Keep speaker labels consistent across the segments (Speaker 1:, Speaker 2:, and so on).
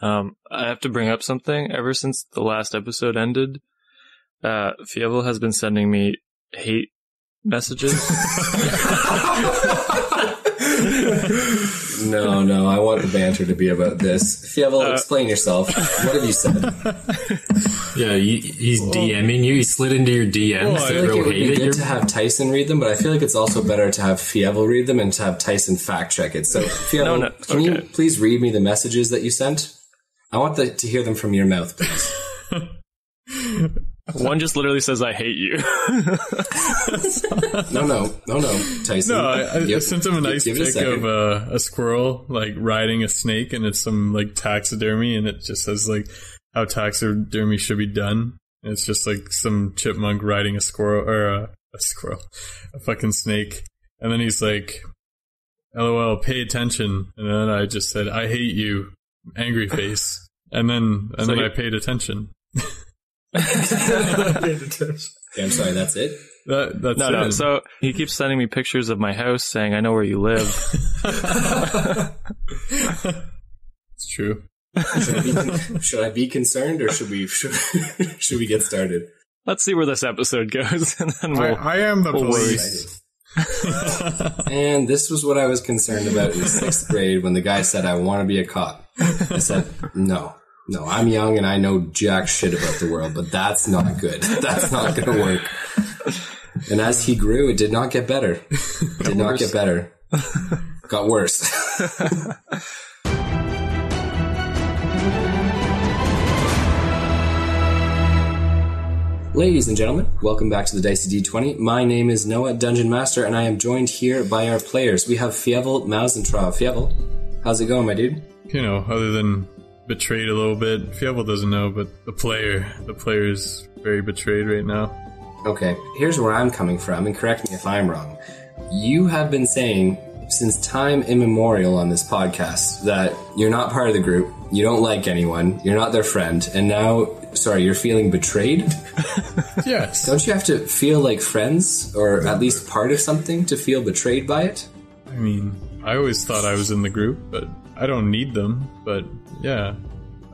Speaker 1: Um, I have to bring up something. Ever since the last episode ended, uh, Fievel has been sending me hate messages.
Speaker 2: no, no, I want the banter to be about this. Fievel,
Speaker 1: Uh,
Speaker 2: explain yourself. What have you said?
Speaker 3: Yeah, he, he's DMing you. He slid into your DMs
Speaker 2: I
Speaker 3: to
Speaker 2: feel like
Speaker 3: throw
Speaker 2: it would be
Speaker 3: hate at
Speaker 2: good
Speaker 3: your
Speaker 2: to have Tyson read them, but I feel like it's also better to have Fievel read them and to have Tyson fact check it. So, Fievel,
Speaker 1: No, no,
Speaker 2: can you
Speaker 1: okay.
Speaker 2: please read me the messages that you sent? I want the, to hear them from your mouth, please.
Speaker 1: One just literally says, "I hate you."
Speaker 2: No, no, no, no, Tyson.
Speaker 4: No, I, I, I
Speaker 2: Yep.
Speaker 4: sent him a
Speaker 2: Give-
Speaker 4: nice
Speaker 2: give it a
Speaker 4: pic
Speaker 2: second.
Speaker 4: of uh, a squirrel like riding a snake, and it's some like taxidermy, and it just says like how taxidermy should be done. And it's just like some chipmunk riding a squirrel or a, a squirrel, a fucking snake, and then he's like, "LOL, pay attention." And then I just said, "I hate you, angry face," and then
Speaker 1: So
Speaker 4: and then
Speaker 1: you-
Speaker 4: I paid attention.
Speaker 2: Okay, I'm sorry, that's it.
Speaker 4: That that's
Speaker 1: no,
Speaker 4: it.
Speaker 1: no. So he keeps sending me pictures of my house, saying, "I know where you live."
Speaker 4: it's true.
Speaker 2: Should I be, con- should I be concerned or should we should, should we get started?
Speaker 1: Let's see where this episode goes, and then we'll.
Speaker 4: I, I am the
Speaker 1: we'll worry.
Speaker 4: police.
Speaker 2: And this was what I was concerned about in sixth grade when the guy said, I want to be a cop. I said, no, no, I'm young and I know jack shit about the world, but that's not good. That's not going to work. And as he grew, it did not get better. It did not get better. Got worse. Ladies and gentlemen, welcome back to the Dicey D20. My name is Noah, Dungeon Master, and I am joined here by our players. We have Fievel Mausentraub. Fievel, how's it going, my dude?
Speaker 4: you know, other than betrayed a little bit. Fievel doesn't know, but the player, the player is very betrayed right now.
Speaker 2: Okay, here's where I'm coming from, and correct me if I'm wrong. You have been saying since time immemorial on this podcast that you're not part of the group, you don't like anyone, you're not their friend, and now, sorry, you're feeling betrayed?
Speaker 4: Yes.
Speaker 2: Don't you have to feel like friends, or at least part of something, to feel betrayed by it?
Speaker 4: I mean, I always thought I was in the group, but I don't need them. But yeah,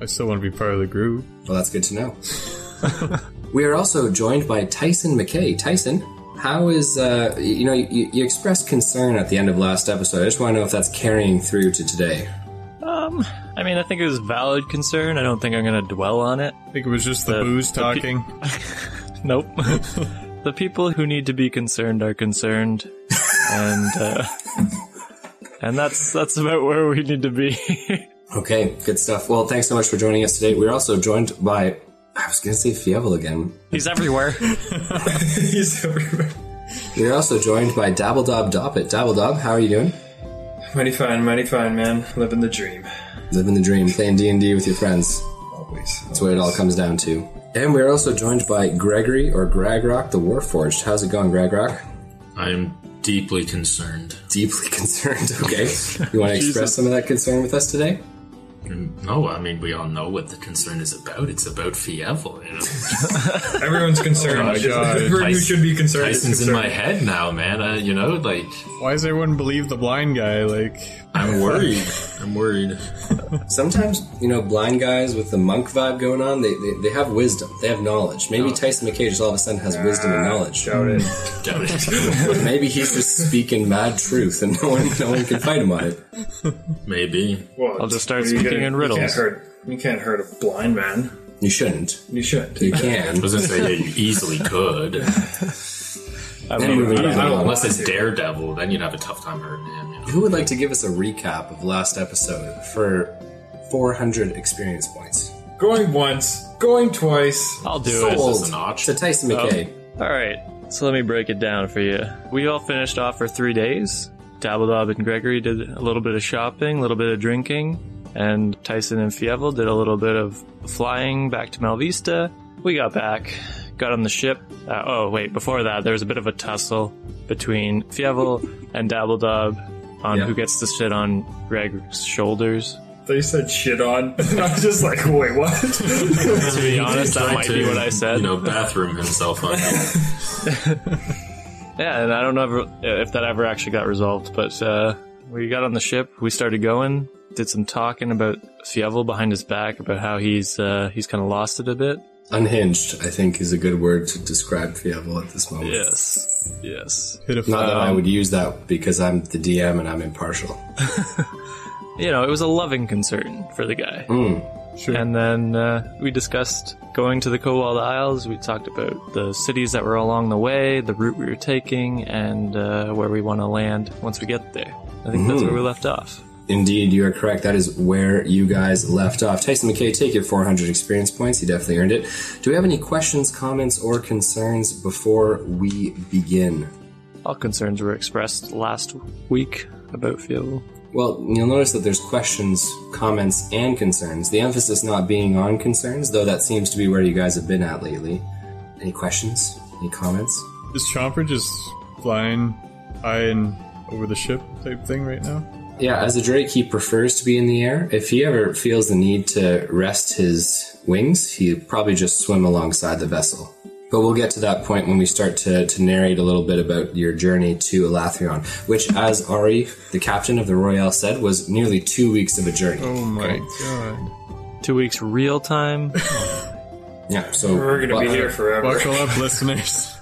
Speaker 4: I still want to be part of the group.
Speaker 2: Well, that's good to know. we are also joined by Tyson McKay. Tyson, how is, uh, y- you know, you, you expressed concern at the end of last episode. I just want to know if that's carrying through to today.
Speaker 1: Um, I mean, I think it was valid concern. I don't think I'm going to dwell on it.
Speaker 4: I think it was just the,
Speaker 1: The-
Speaker 4: booze
Speaker 1: the pe-
Speaker 4: talking.
Speaker 1: Nope. the people who need to be concerned are concerned, and uh, and that's that's about where we need to be.
Speaker 2: Okay, good stuff. Well, thanks so much for joining us today. We're also joined by, I was going to say Fievel again.
Speaker 1: He's everywhere.
Speaker 5: He's everywhere.
Speaker 2: We're also joined by Dabbledob Doppet. Dabbledob, how are you doing?
Speaker 5: Mighty fine, mighty fine, man. Living the dream.
Speaker 2: Living the dream, playing D&D with your friends.
Speaker 5: Always.
Speaker 2: That's what it all comes down to. And we're also joined by Gregory or Gragrock the Warforged. How's it going, Gragrock?
Speaker 3: I am deeply concerned.
Speaker 2: Deeply concerned. Okay, you want to express some of that concern with us today?
Speaker 3: Mm, No, I mean we all know what the concern is about. It's about Fievel. You know?
Speaker 5: Everyone's concerned.
Speaker 4: my
Speaker 5: It's just-
Speaker 4: God.
Speaker 5: Everyone who
Speaker 3: Tyson-
Speaker 5: should be concerned
Speaker 3: Tyson's
Speaker 5: is
Speaker 3: in my
Speaker 5: concerned.
Speaker 3: head now, man. I, you know, like
Speaker 4: Why does everyone believe the blind guy? Like,
Speaker 3: I'm worried. I'm worried.
Speaker 2: Sometimes, you know, blind guys with the monk vibe going on, they they, they have wisdom, they have knowledge. Maybe Tyson McKay just all of a sudden has wisdom and knowledge.
Speaker 5: Doubt it.
Speaker 3: Doubt it.
Speaker 2: Maybe he's just speaking mad truth, and no one no one can fight him on it.
Speaker 3: Maybe.
Speaker 5: Well,
Speaker 1: I'll just start
Speaker 5: you
Speaker 1: speaking
Speaker 5: gotta-
Speaker 1: in
Speaker 5: You can't,
Speaker 1: riddles.
Speaker 5: hurt, you can't hurt a blind man.
Speaker 2: You shouldn't.
Speaker 5: You shouldn't.
Speaker 2: You can.
Speaker 3: I was gonna say yeah, you easily could.
Speaker 1: I
Speaker 2: And
Speaker 1: mean,
Speaker 2: moving on.
Speaker 3: Unless it's Daredevil, then you'd have a tough time hurting him. You know?
Speaker 2: Who would like to give us a recap of last episode for 400 experience points?
Speaker 5: Going once, going twice.
Speaker 1: I'll do it.
Speaker 3: Sold.
Speaker 1: All
Speaker 3: an
Speaker 2: to
Speaker 3: option?
Speaker 2: Tyson
Speaker 1: Um,
Speaker 2: McKay.
Speaker 1: right. So let me break it down for you. We all finished off for three days. Dabbledob and Gregory did a little bit of shopping, a little bit of drinking, and Tyson and Fievel did a little bit of flying back to Malvista. We got back, got on the ship. Uh, oh, wait, before that, there was a bit of a tussle between Fievel and Dabbledob on
Speaker 2: Yeah.
Speaker 1: who gets to sit on Greg's shoulders.
Speaker 5: They said shit on. And I was just like, wait, what?
Speaker 1: To be honest,
Speaker 3: Tried
Speaker 1: that might
Speaker 3: to,
Speaker 1: be what I said.
Speaker 3: You know, bathroom himself on you.
Speaker 1: Yeah, and I don't know if, if that ever actually got resolved, but uh, we got on the ship, we started going. did some talking about Fievel behind his back about how he's uh, he's kind of lost it a bit.
Speaker 2: Unhinged, I think, is a good word to describe Fievel at this moment.
Speaker 1: Yes, yes.
Speaker 4: Hit a
Speaker 2: Not that I
Speaker 4: um,
Speaker 2: would use that because I'm the DM and I'm impartial.
Speaker 1: You know, it was a loving concern for the guy.
Speaker 4: Sure.
Speaker 1: And then uh, we discussed going to the Cobalt Isles. We talked about the cities that were along the way, the route we were taking, and uh, where we want to land once we get there. I think that's where we left off.
Speaker 2: Indeed, you are correct. That is where you guys left off. Tyson McKay, take your 400 experience points. You definitely earned it. Do we have any questions, comments, or concerns before we begin?
Speaker 1: All concerns were expressed last week about Fievel.
Speaker 2: Well, you'll notice that there's questions, comments, and concerns. The emphasis not being on concerns, though that seems to be where you guys have been at lately. Any questions? Any comments?
Speaker 4: Is Chomper just flying high and over the ship type thing right now?
Speaker 2: Yeah, as a drake, he prefers to be in the air. If he ever feels the need to rest his wings, he'd probably just swim alongside the vessel. But we'll get to that point when we start to, to narrate a little bit about your journey to Elathrion, which, as Ari, the captain of the Royale, said, was nearly two weeks of a journey.
Speaker 4: Oh my god.
Speaker 1: Two weeks real time.
Speaker 2: Yeah, so
Speaker 5: We're gonna be
Speaker 2: well,
Speaker 5: here forever.
Speaker 4: Buckle up, listeners.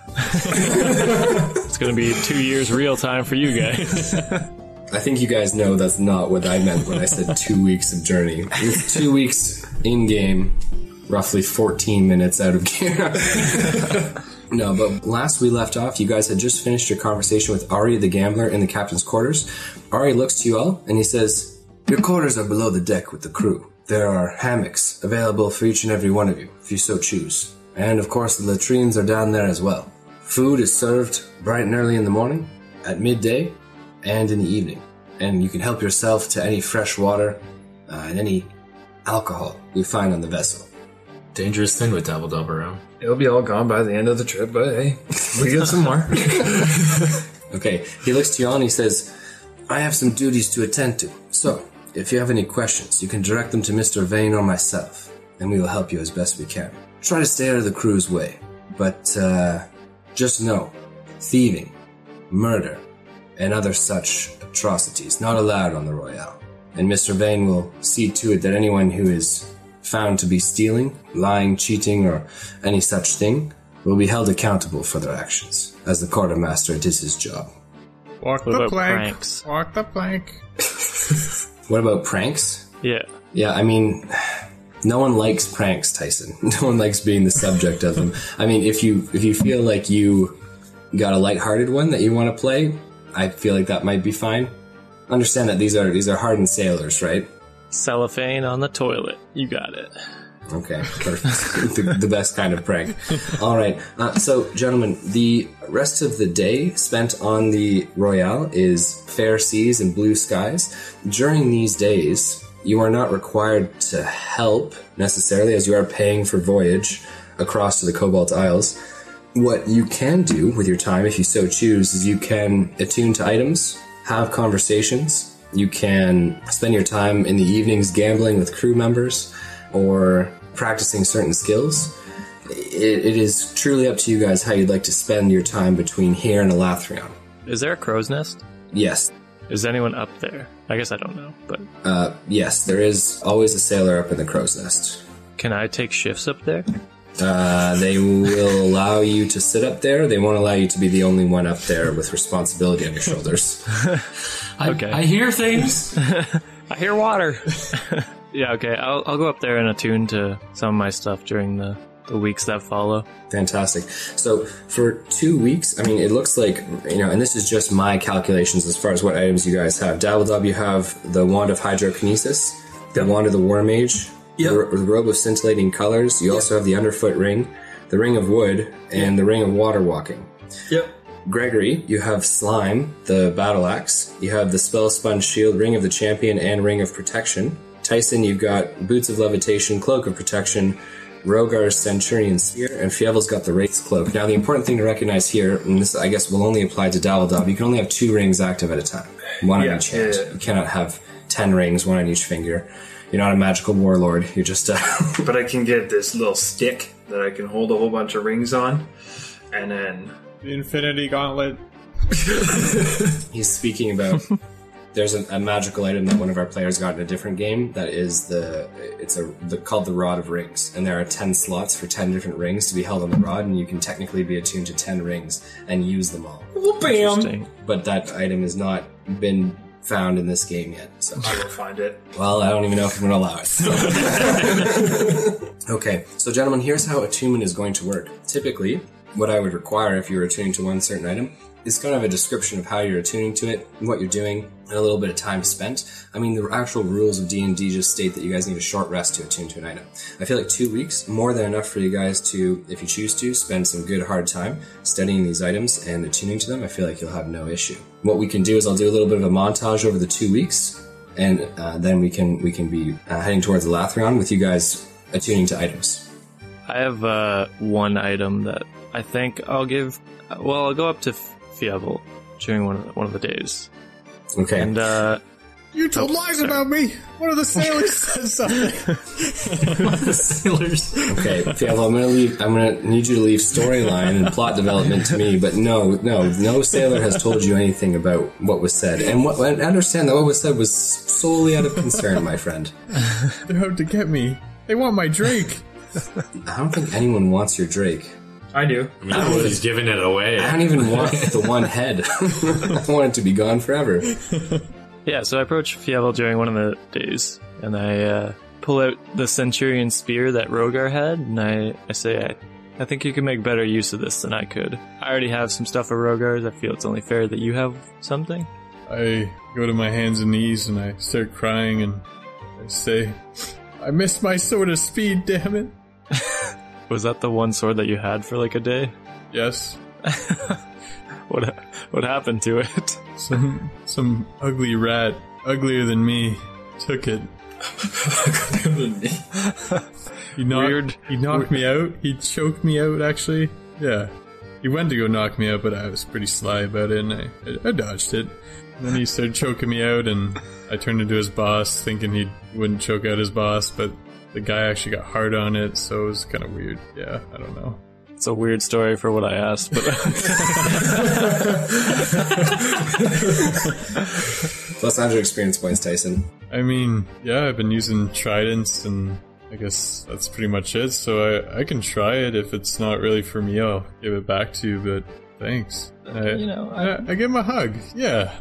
Speaker 1: It's going to be two years real time for you guys.
Speaker 2: I think you guys know that's not what I meant when I said two weeks of journey. It's two weeks in game, roughly 14 minutes out of game. no, but last we left off, you guys had just finished your conversation with Ari the gambler in the captain's quarters. Ari looks to you all and he says, Your quarters are below the deck with the crew. There are hammocks available for each and every one of you, if you so choose. And of course, the latrines are down there as well. Food is served bright and early in the morning, at midday, and in the evening. And you can help yourself to any fresh water uh, and any alcohol you find on the vessel.
Speaker 3: Dangerous thing with Dabble Dabble Room.
Speaker 5: It'll be all gone by the end of the trip, but hey, we get some more.
Speaker 2: Okay, he looks to you all and he says, I have some duties to attend to. So, if you have any questions, you can direct them to Mr. Vane or myself, and we will help you as best we can. Try to stay out of the crew's way, but uh, just know thieving, murder, and other such atrocities not allowed on the Royale. And Mr. Vane will see to it that anyone who is found to be stealing, lying, cheating, or any such thing will be held accountable for their actions, as the quartermaster did his job.
Speaker 4: Walk
Speaker 1: What
Speaker 4: the
Speaker 1: about
Speaker 4: plank.
Speaker 1: pranks?
Speaker 4: Walk the plank.
Speaker 2: What about pranks?
Speaker 1: yeah.
Speaker 2: Yeah, I mean, no one likes pranks, Tyson. No one likes being the subject of them. I mean, if you if you feel like you got a lighthearted one that you want to play, I feel like that might be fine. Understand that these are these are hardened sailors, right?
Speaker 1: Cellophane on the toilet. You got it.
Speaker 2: Okay, perfect. the, the best kind of prank. All right. Uh, so, gentlemen, the rest of the day spent on the Royale is fair seas and blue skies. During these days, you are not required to help necessarily, as you are paying for voyage across to the Cobalt Isles. What you can do with your time, if you so choose, is you can attune to items, have conversations. You can spend your time in the evenings gambling with crew members or practicing certain skills. It, it is truly up to you guys how you'd like to spend your time between here and Elathrion.
Speaker 1: Is there a crow's nest?
Speaker 2: Yes,
Speaker 1: Is anyone up there? I guess I don't know, but
Speaker 2: uh, yes, there is always a sailor up in the crow's nest.
Speaker 1: can I take shifts up there?
Speaker 2: Uh, they will allow you to sit up there. They won't allow you to be the only one up there with responsibility on your shoulders.
Speaker 3: I,
Speaker 1: Okay.
Speaker 3: I hear things.
Speaker 1: I hear water. yeah, okay. I'll, I'll go up there and attune to some of my stuff during the, the weeks that follow.
Speaker 2: Fantastic. So for two weeks, I mean, it looks like you know, and this is just my calculations as far as what items you guys have. Dabbledob, you have the wand of hydrokinesis, the wand of the war mage,
Speaker 5: Yep.
Speaker 2: the, ro- the robe of scintillating colors. You also have the underfoot ring, the ring of wood, and the ring of water walking.
Speaker 5: yep.
Speaker 2: Gregory, you have slime, the battle axe. You have the spell sponge shield, ring of the champion, and ring of protection. Tyson, you've got boots of levitation, cloak of protection, Rogar's centurion spear, and Fievel's got the wraith's cloak. Now, the important thing to recognize here, and this I guess will only apply to Dabbledob, you can only have two rings active at a time, one
Speaker 5: Yeah,
Speaker 2: on each hand.
Speaker 5: yeah, yeah.
Speaker 2: You cannot have ten rings, one on each finger. You're not a magical warlord. You're just a
Speaker 5: But I can get this little stick that I can hold a whole bunch of rings on, and then
Speaker 4: The Infinity Gauntlet.
Speaker 2: He's speaking about there's a, a magical item that one of our players got in a different game that is the it's a the, called the Rod of Rings, and there are ten slots for ten different rings to be held on the rod, and you can technically be attuned to ten rings and use them all.
Speaker 1: Interesting.
Speaker 2: But that item has not been found in this game yet. So.
Speaker 5: I will find it.
Speaker 2: Well, I don't even know if I'm going to allow it. so. okay, so gentlemen, here's how attunement is going to work. Typically, what I would require if you're attuning to one certain item is kind of a description of how you're attuning to it, what you're doing, and a little bit of time spent. I mean, the actual rules of D&D just state that you guys need a short rest to attune to an item. I feel like two weeks, more than enough for you guys to, if you choose to, spend some good hard time studying these items and attuning to them. I feel like you'll have no issue. What we can do is I'll do a little bit of a montage over the two weeks, and uh, then we can we can be uh, heading towards the Lathrion with you guys attuning to items.
Speaker 1: I have uh, one item that I think I'll give. Well, I'll go up to F- Fievel during one of the, one of the days,
Speaker 2: Okay.
Speaker 1: and uh,
Speaker 4: You told lies about me. One of the sailors said something.
Speaker 3: the sailors.
Speaker 2: Okay, Fievel, I'm gonna leave. I'm gonna need you to leave storyline and plot development to me. But no, no, no sailor has told you anything about what was said, and what and understand that what was said was solely out of concern, my friend.
Speaker 4: They're out to get me. They want my Drake.
Speaker 2: I don't think anyone wants your Drake.
Speaker 5: I do.
Speaker 3: I mean, Willie's giving it away.
Speaker 2: I don't even want the one head. I want it to be gone forever.
Speaker 1: yeah. So I approach Fievel during one of the days, and I uh, pull out the Centurion spear that Rogar had, and I I say I. I think you can make better use of this than I could. I already have some stuff of Rogar's. I feel it's only fair that you have something.
Speaker 4: I go to my hands and knees and I start crying and I say, I missed my sword of speed, damn it.
Speaker 1: Was that the one sword that you had for like a day?
Speaker 4: Yes.
Speaker 1: What what happened to it?
Speaker 4: Some some ugly rat, uglier than me, took it. He knocked,
Speaker 1: Weird-
Speaker 4: He knocked me out. He choked me out, actually. Yeah. He went to go knock me out, but I was pretty sly about it, and I, I, I dodged it. And then he started choking me out, and I turned into his boss, thinking he wouldn't choke out his boss, but the guy actually got hard on it, so it was kind of weird. Yeah, I don't know.
Speaker 1: It's a weird story for what I asked, but
Speaker 2: Plus 100 experience points, Tyson.
Speaker 4: I mean, yeah, I've been using tridents, and I guess that's pretty much it. So I, I can try it if it's not really for me. I'll give it back to you, but thanks. I,
Speaker 1: you know, I,
Speaker 4: I, I give him a hug. Yeah,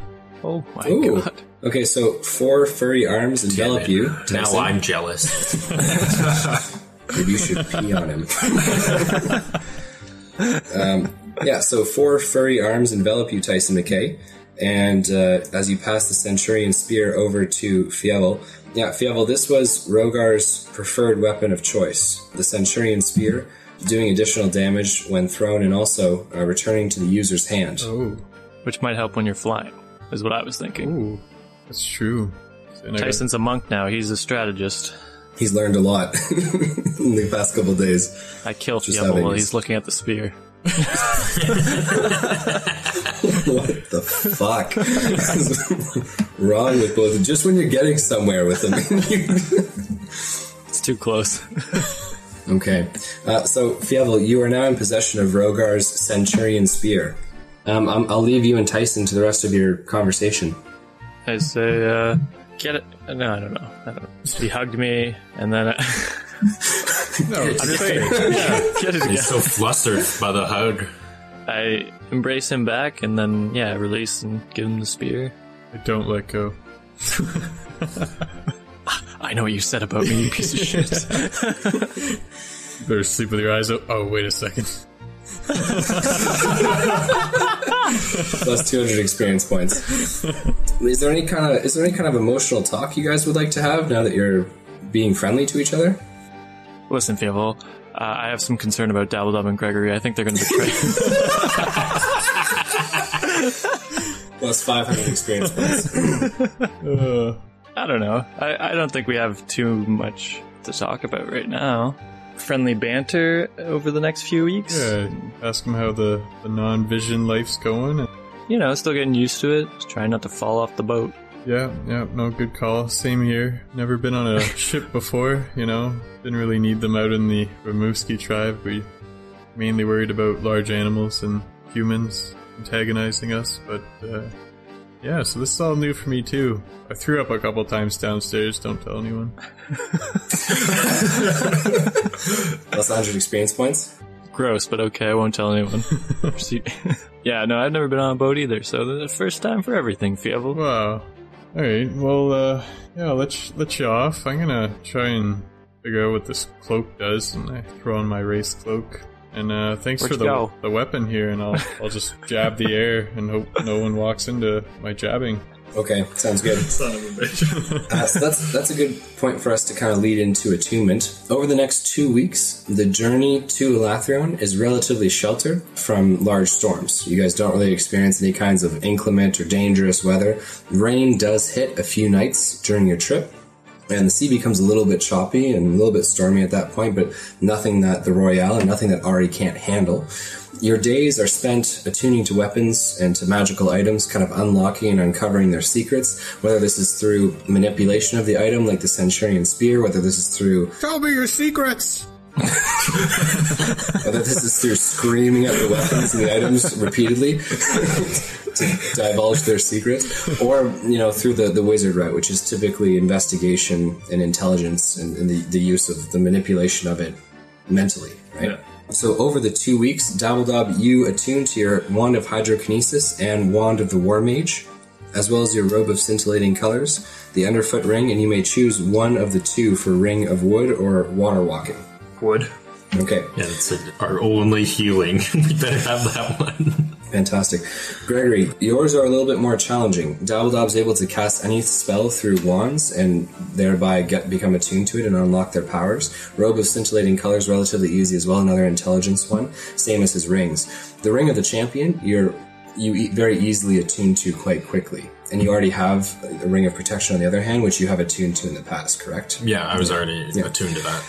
Speaker 1: oh my
Speaker 2: Ooh.
Speaker 1: god,
Speaker 2: Okay, so four furry arms envelop you.
Speaker 3: Now
Speaker 2: Tyson.
Speaker 3: I'm jealous.
Speaker 2: Maybe you should pee on him. um, yeah, so four furry arms envelop you, Tyson McKay. And uh, as you pass the Centurion spear over to Fievel, yeah, Fievel, this was Rogar's preferred weapon of choice, the Centurion spear, doing additional damage when thrown and also uh, returning to the user's hand.
Speaker 4: Oh,
Speaker 1: which might help when you're flying, is what I was thinking.
Speaker 4: ooh, that's true. And I got-
Speaker 1: Tyson's a monk now; he's a strategist.
Speaker 2: He's learned a lot in the past couple days.
Speaker 1: I kill
Speaker 2: Just
Speaker 1: Fievel while
Speaker 2: having-
Speaker 1: he's looking at the spear.
Speaker 2: What the fuck is wrong with both? Just when you're getting somewhere with them. you-
Speaker 1: It's too close.
Speaker 2: okay, uh, so Fievel, you are now in possession of Rogar's Centurion Spear. Um, I'm, I'll leave you and Tyson to the rest of your conversation.
Speaker 1: I say, uh, get it. No, I don't know. I don't know. He hugged me, and then I,
Speaker 4: no, it's fake.
Speaker 1: get it again.
Speaker 3: He's so flustered by the hug.
Speaker 1: I embrace him back, and then yeah, I release and give him the spear.
Speaker 4: I don't let go.
Speaker 1: I know what you said about me, you piece of shit.
Speaker 4: You better sleep with your eyes open. Oh, wait a second.
Speaker 2: Plus 200 experience points. Is there any kind of is there any kind of emotional talk you guys would like to have now that you're being friendly to each other?
Speaker 1: Listen, Fievel, uh, I have some concern about Dabbledub and Gregory. I think they're going to betray.
Speaker 2: Plus 500 experience points.
Speaker 4: Uh,
Speaker 1: I don't know. I, I don't think we have too much to talk about right now. Friendly banter over the next few weeks.
Speaker 4: yeah, ask him how the, the non-vision life's going. and-
Speaker 1: You know, still getting used to it. Just trying not to fall off the boat.
Speaker 4: yeah, yeah, no, good call. Same here. Never been on a ship before, you know. Didn't really need them out in the Ramuski tribe. We mainly worried about large animals and humans antagonizing us, but uh, Yeah, so this is all new for me too. I threw up a couple times downstairs. Don't tell anyone.
Speaker 2: Plus 100 experience points.
Speaker 1: Gross, but okay, I won't tell anyone. See- yeah, no, I've never been on a boat either, so the first time for everything, Fievel.
Speaker 4: Wow. All right. Well, uh, yeah. Let you, let you off. I'm gonna try and figure out what this cloak does, and I throw on my race cloak. And uh, thanks
Speaker 1: Where'd you
Speaker 4: for the
Speaker 1: go?
Speaker 4: the weapon here, and I'll I'll just jab the air and hope no one walks into my jabbing.
Speaker 2: Okay, sounds good.
Speaker 5: Son of a bitch.
Speaker 2: Uh, so that's that's a good point for us to kind of lead into attunement. Over the next two weeks, the journey to Elathrion is relatively sheltered from large storms. You guys don't really experience any kinds of inclement or dangerous weather. Rain does hit a few nights during your trip, and the sea becomes a little bit choppy and a little bit stormy at that point, but nothing that the Royale and nothing that Ari can't handle. Your days are spent attuning to weapons and to magical items, kind of unlocking and uncovering their secrets, whether this is through manipulation of the item, like the Centurion Spear, whether this is through
Speaker 4: Tell me your secrets.
Speaker 2: whether this is through screaming at the weapons and the items repeatedly to divulge their secrets, or you know through the, the wizard route, which is typically investigation and intelligence and, and the, the use of the manipulation of it mentally, right? So over the two weeks, Dabbledob, you attune to your wand of hydrokinesis and wand of the war mage, as well as your robe of scintillating colors, the underfoot ring, and you may choose one of the two for ring of wood or water walking.
Speaker 5: Wood.
Speaker 2: Okay.
Speaker 3: Yeah, it's a, our only healing. we better have that one.
Speaker 2: Fantastic. Gregory, yours are a little bit more challenging. Dabbledob's able to cast any spell through wands and thereby get become attuned to it and unlock their powers. Robe of scintillating colors, relatively easy as well, another intelligence one, same as his rings. The ring of the champion, you're you e- very easily attune to quite quickly. And you already have a ring of protection on the other hand, which you have attuned to in the past, correct?
Speaker 3: Yeah, I was already attuned to that.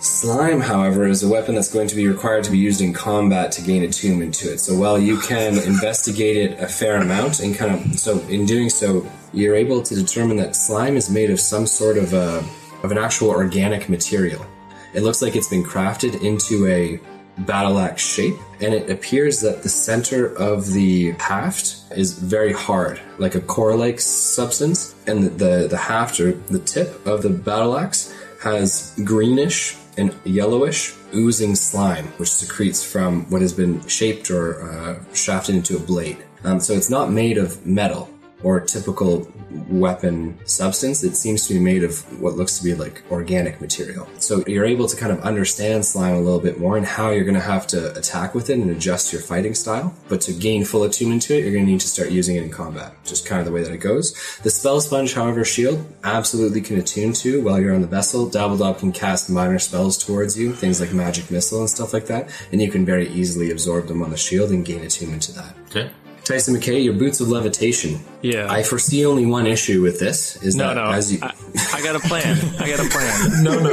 Speaker 2: Slime, however, is a weapon that's going to be required to be used in combat to gain attunement to it. So while you can investigate it a fair amount and kind of so in doing so, you're able to determine that slime is made of some sort of a of an actual organic material. It looks like it's been crafted into a battle axe shape, and it appears that the center of the haft is very hard, like a core like substance, and the, the, the haft or the tip of the battle axe has greenish and yellowish oozing slime, which secretes from what has been shaped or uh, shafted into a blade. Um, so it's not made of metal or typical weapon substance. It seems to be made of what looks to be like organic material. So you're able to kind of understand slime a little bit more and how you're going to have to attack with it and adjust your fighting style. But to gain full attunement to it, you're going to need to start using it in combat, just kind of the way that it goes. The spell sponge, however, shield absolutely can attune to while you're on the vessel. Dabbledob can cast minor spells towards you, things like magic missile and stuff like that, and you can very easily absorb them on the shield and gain attunement to that.
Speaker 3: Okay.
Speaker 2: Tyson McKay, your boots of levitation.
Speaker 1: Yeah.
Speaker 2: I foresee only one issue with this is
Speaker 1: no,
Speaker 2: that
Speaker 1: no.
Speaker 2: as you
Speaker 1: I, I got a plan. I got a plan.
Speaker 5: No, no.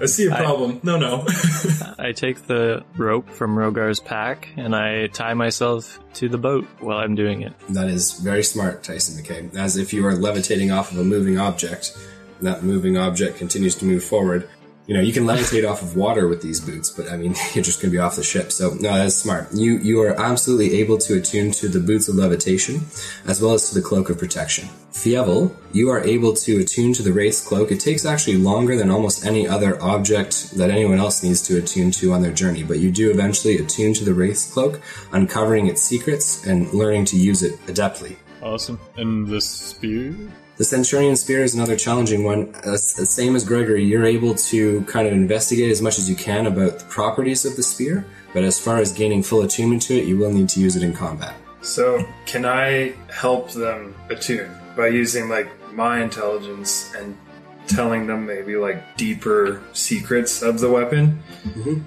Speaker 5: I see a problem. no, no.
Speaker 1: I take the rope from Rogar's pack and I tie myself to the boat while I'm doing it.
Speaker 2: that is very smart, Tyson McKay. As if you are levitating off of a moving object, and that moving object continues to move forward. You know, you can levitate off of water with these boots, but I mean, you're just going to be off the ship. So, no, that's smart. You you are absolutely able to attune to the boots of levitation, as well as to the cloak of protection. Fievel, you are able to attune to the wraith's cloak. It takes actually longer than almost any other object that anyone else needs to attune to on their journey, but you do eventually attune to the wraith's cloak, uncovering its secrets and learning to use it adeptly.
Speaker 4: Awesome. And the spear.
Speaker 2: The Centurion Spear is another challenging one. Uh, s- uh, same as Gregory, you're able to kind of investigate as much as you can about the properties of the spear, but as far as gaining full attunement to it, you will need to use it in combat.
Speaker 5: So, can I help them attune by using like my intelligence and telling them maybe like deeper secrets of the weapon?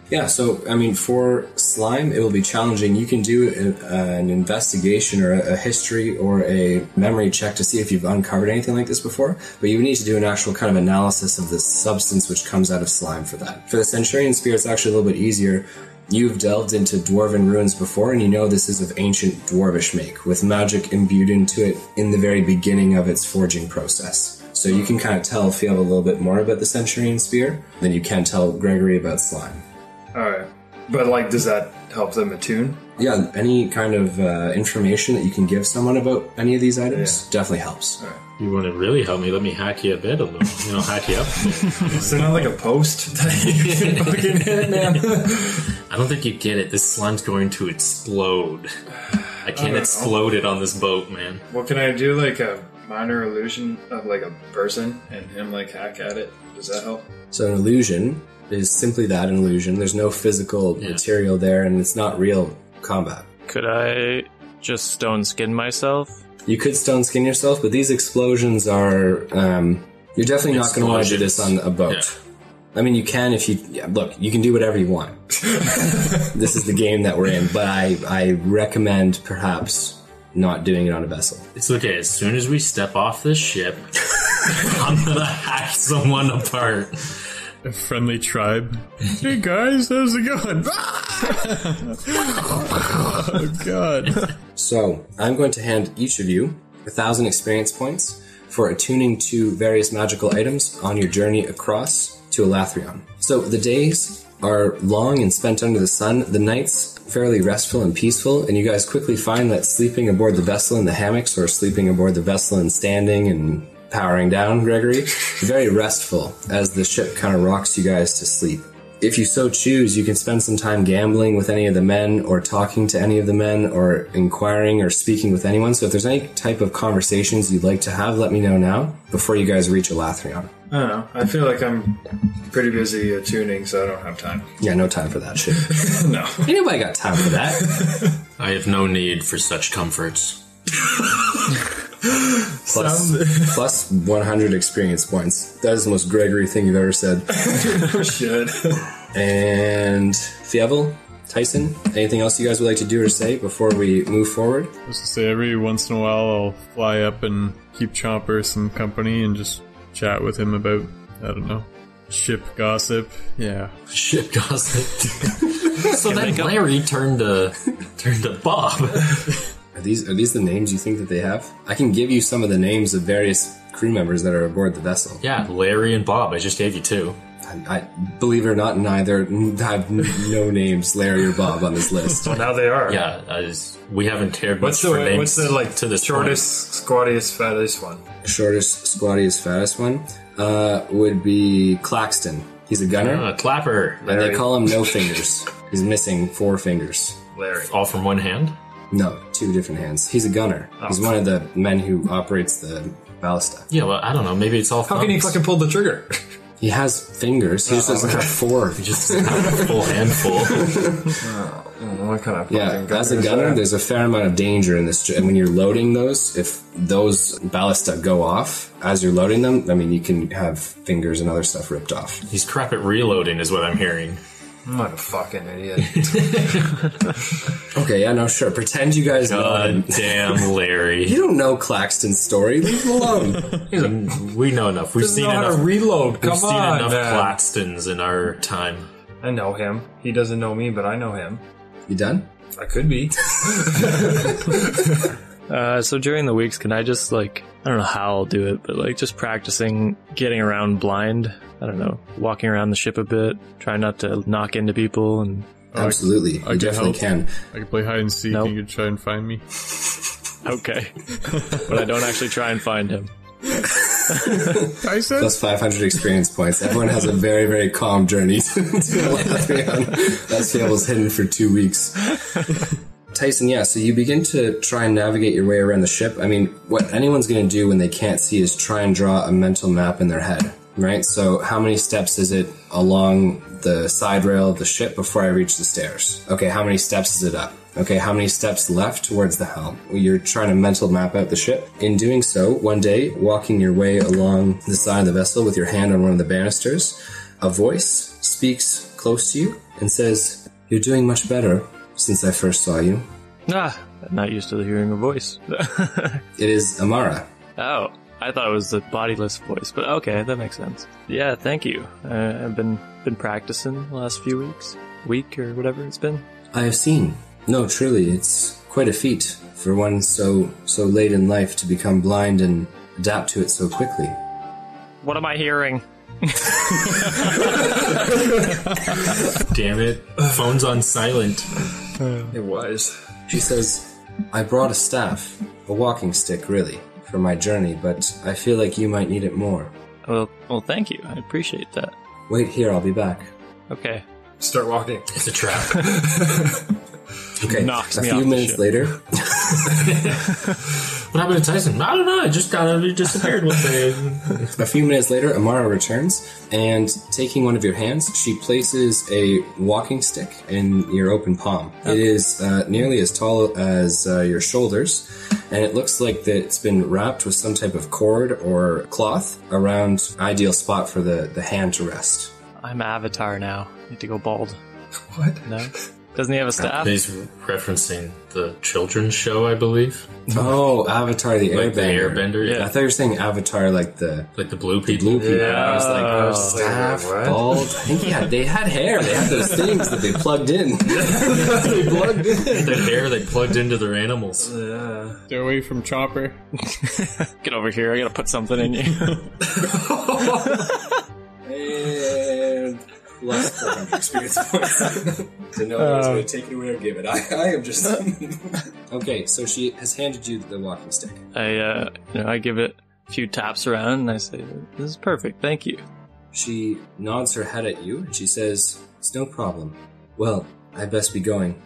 Speaker 2: Yeah, so I mean, for slime, it will be challenging. You can do a, an investigation or a, a history or a memory check to see if you've uncovered anything like this before, but you would need to do an actual kind of analysis of the substance which comes out of slime for that. For the Centurion Spear, it's actually a little bit easier. You've delved into dwarven ruins before, and you know this is of ancient dwarvish make, with magic imbued into it in the very beginning of its forging process. So you can kind of tell Fiev a little bit more about the Centurion Spear than you can tell Gregory about slime.
Speaker 5: All right. But like does that help them attune?
Speaker 2: yeah, any kind of uh, information that you can give someone about any of these items definitely helps.
Speaker 3: You want to really help me? Let me hack you a bit, a little. You know, hack you up.
Speaker 5: Is there not like a post that you can fucking hit, man?
Speaker 3: I don't think you get it. This slime's going to explode. I can't explode it on this boat, man.
Speaker 5: What can I do? Like a minor illusion of like a person and him like hack at it? Does that help?
Speaker 2: So an illusion is simply that an illusion. There's no physical
Speaker 3: Yeah.
Speaker 2: material there, and it's not real combat.
Speaker 1: Could I just stone skin myself?
Speaker 2: You could stone skin yourself, but these explosions are. Um, you're definitely not going to want to do this on a boat. I mean, you can if you. Yeah, look, you can do whatever you want. this is the game that we're in, but I, I recommend perhaps not doing it on a vessel.
Speaker 3: It's okay. As soon as we step off this ship, I'm gonna hack someone apart.
Speaker 4: A friendly tribe. Hey guys, how's it going? oh god.
Speaker 2: So I'm going to hand each of you a thousand experience points for attuning to various magical items on your journey across to Elathrion. So the days are long and spent under the sun, the nights fairly restful and peaceful, and you guys quickly find that sleeping aboard the vessel in the hammocks or sleeping aboard the vessel and standing and powering down, Gregory, is very restful as the ship kind of rocks you guys to sleep if you so choose, you can spend some time gambling with any of the men, or talking to any of the men, or inquiring or speaking with anyone. So if there's any type of conversations you'd like to have, let me know now before you guys reach Elathrion.
Speaker 5: I don't know. I feel like I'm pretty busy attuning, so I don't have time.
Speaker 2: Yeah, no time for that shit.
Speaker 5: No.
Speaker 2: Anybody got time for that?
Speaker 3: I have no need for such comforts.
Speaker 2: Plus, plus 100 experience points. That is the most Gregory thing you've ever said.
Speaker 3: Oh,
Speaker 5: Should.
Speaker 2: And Fievel, Tyson, anything else you guys would like to do or say before we move forward?
Speaker 4: I was to say every once in a while I'll fly up and keep Chomper some company and just chat with him about I don't know. Ship gossip. Yeah.
Speaker 3: Ship gossip. so then Larry turned to turned to Bob.
Speaker 2: Are these are these the names you think that they have? I can give you some of the names of various crew members that are aboard the vessel.
Speaker 3: Yeah, Larry and Bob. I just gave you two.
Speaker 2: I, I believe it or not, neither I have n- no names, Larry or Bob, on this list.
Speaker 5: Well, now they are.
Speaker 3: Yeah, I just, we haven't cared
Speaker 5: What's
Speaker 3: much for
Speaker 5: the
Speaker 3: names.
Speaker 5: what's the like
Speaker 3: to the
Speaker 5: shortest, squattiest, fattest one?
Speaker 2: Shortest, squattiest, fattest one uh, would be Claxton. He's a gunner,
Speaker 3: Uh, clapper.
Speaker 2: and they
Speaker 5: Larry.
Speaker 2: call him No Fingers. He's missing four fingers.
Speaker 5: Larry.
Speaker 3: All from one hand.
Speaker 2: No, two different hands. He's a gunner. He's one of the men who operates the ballista.
Speaker 3: Yeah, well, I don't know. Maybe it's all.
Speaker 5: How can he
Speaker 3: thumbs.
Speaker 5: fucking pull the trigger?
Speaker 2: He has fingers. He just doesn't have four.
Speaker 3: just have a full handful?
Speaker 5: what kind of
Speaker 2: Yeah, as a gunner, there's a fair amount of danger in this. And when you're loading those, if those ballista go off as you're loading them, I mean, you can have fingers and other stuff ripped off.
Speaker 3: He's crap at reloading, is what I'm hearing.
Speaker 5: I'm not a fucking idiot.
Speaker 2: Okay, yeah, no, sure. Pretend you
Speaker 5: Uh,
Speaker 2: guys know him.
Speaker 3: God damn, Larry.
Speaker 2: You don't know Claxton's story. Leave him alone.
Speaker 3: We know enough. We've seen enough.
Speaker 5: reload.
Speaker 3: We've seen enough Claxtons in our time.
Speaker 5: I know him. He doesn't know me, but I know him.
Speaker 2: you done?
Speaker 5: I could be.
Speaker 1: Uh, so during the weeks, can I just like I don't know how I'll do it, but like just practicing getting around blind. I don't know, walking around the ship a bit, trying not to knock into people, and
Speaker 2: Absolutely.
Speaker 4: I
Speaker 2: you
Speaker 4: can
Speaker 2: definitely can.
Speaker 4: help. I could play hide and seek
Speaker 1: Nope.
Speaker 4: and you could try and find me.
Speaker 1: okay, but I don't actually try and find him.
Speaker 4: Tyson?
Speaker 2: Plus 500 experience points. Everyone has a very, very calm journey to Latvian. That fable's hidden for two weeks. Tyson, yeah, so you begin to try and navigate your way around the ship. I mean, what anyone's going to do when they can't see is try and draw a mental map in their head, right? So, how many steps is it along the side rail of the ship before I reach the stairs? Okay, how many steps is it up? Okay, how many steps left towards the helm? You're trying to mental map out the ship. In doing so, one day, walking your way along the side of the vessel with your hand on one of the banisters, a voice speaks close to you and says, You're doing much better since I first saw you.
Speaker 1: Ah, I'm not used to hearing a voice.
Speaker 2: It is Amara.
Speaker 1: oh, I thought it was the bodiless voice, but okay, that makes sense. Yeah, thank you. Uh, I've been been practicing the last few weeks, week or whatever it's been.
Speaker 2: I have seen. No, truly, it's quite a feat for one so so late in life to become blind and adapt to it so quickly.
Speaker 1: What am I hearing?
Speaker 3: Damn it. Phone's on silent.
Speaker 5: It was.
Speaker 2: She says, I brought a staff, a walking stick, really, for my journey, but I feel like you might need it more.
Speaker 1: Well, well, thank you. I appreciate that.
Speaker 2: Wait here, I'll be back.
Speaker 1: Okay.
Speaker 5: Start walking.
Speaker 3: It's a trap.
Speaker 2: Okay,
Speaker 1: Knocks
Speaker 2: a
Speaker 1: me
Speaker 2: few
Speaker 1: off the
Speaker 2: minutes
Speaker 1: ship.
Speaker 2: later,
Speaker 3: what happened to Tyson? I don't know. I just got it disappeared one day.
Speaker 2: a few minutes later, Amara returns, and taking one of your hands, she places a walking stick in your open palm. It is uh, nearly as tall as uh, your shoulders, and it looks like that it's been wrapped with some type of cord or cloth around ideal spot for the, the hand to rest.
Speaker 1: I'm Avatar now. need to go bald.
Speaker 5: What?
Speaker 1: No? Doesn't he have a staff?
Speaker 3: He's referencing the children's show, I believe.
Speaker 2: Oh, Avatar the
Speaker 3: Like the
Speaker 2: Airbender.
Speaker 3: Airbender, yeah.
Speaker 2: I thought you were saying Avatar like the
Speaker 3: Like the blue people.
Speaker 2: blue people.
Speaker 5: I was like, I was just like,
Speaker 2: oh, Staff,
Speaker 5: what?
Speaker 2: bald. I think yeah, they had hair. They had those things that they plugged in. they plugged in.
Speaker 3: Their hair they plugged into their animals.
Speaker 2: Uh,
Speaker 5: Yeah.
Speaker 4: Stay away from Chopper.
Speaker 1: Get over here. I gotta put something in you.
Speaker 2: And plus 400 experience points. to know I was going to take it away or give it. I, I am just. okay, so she has handed you the walking stick.
Speaker 1: I, uh, you know, I give it a few taps around and I say, "This is perfect. Thank you."
Speaker 2: She nods her head at you and she says, It's no problem. Well, I best be going.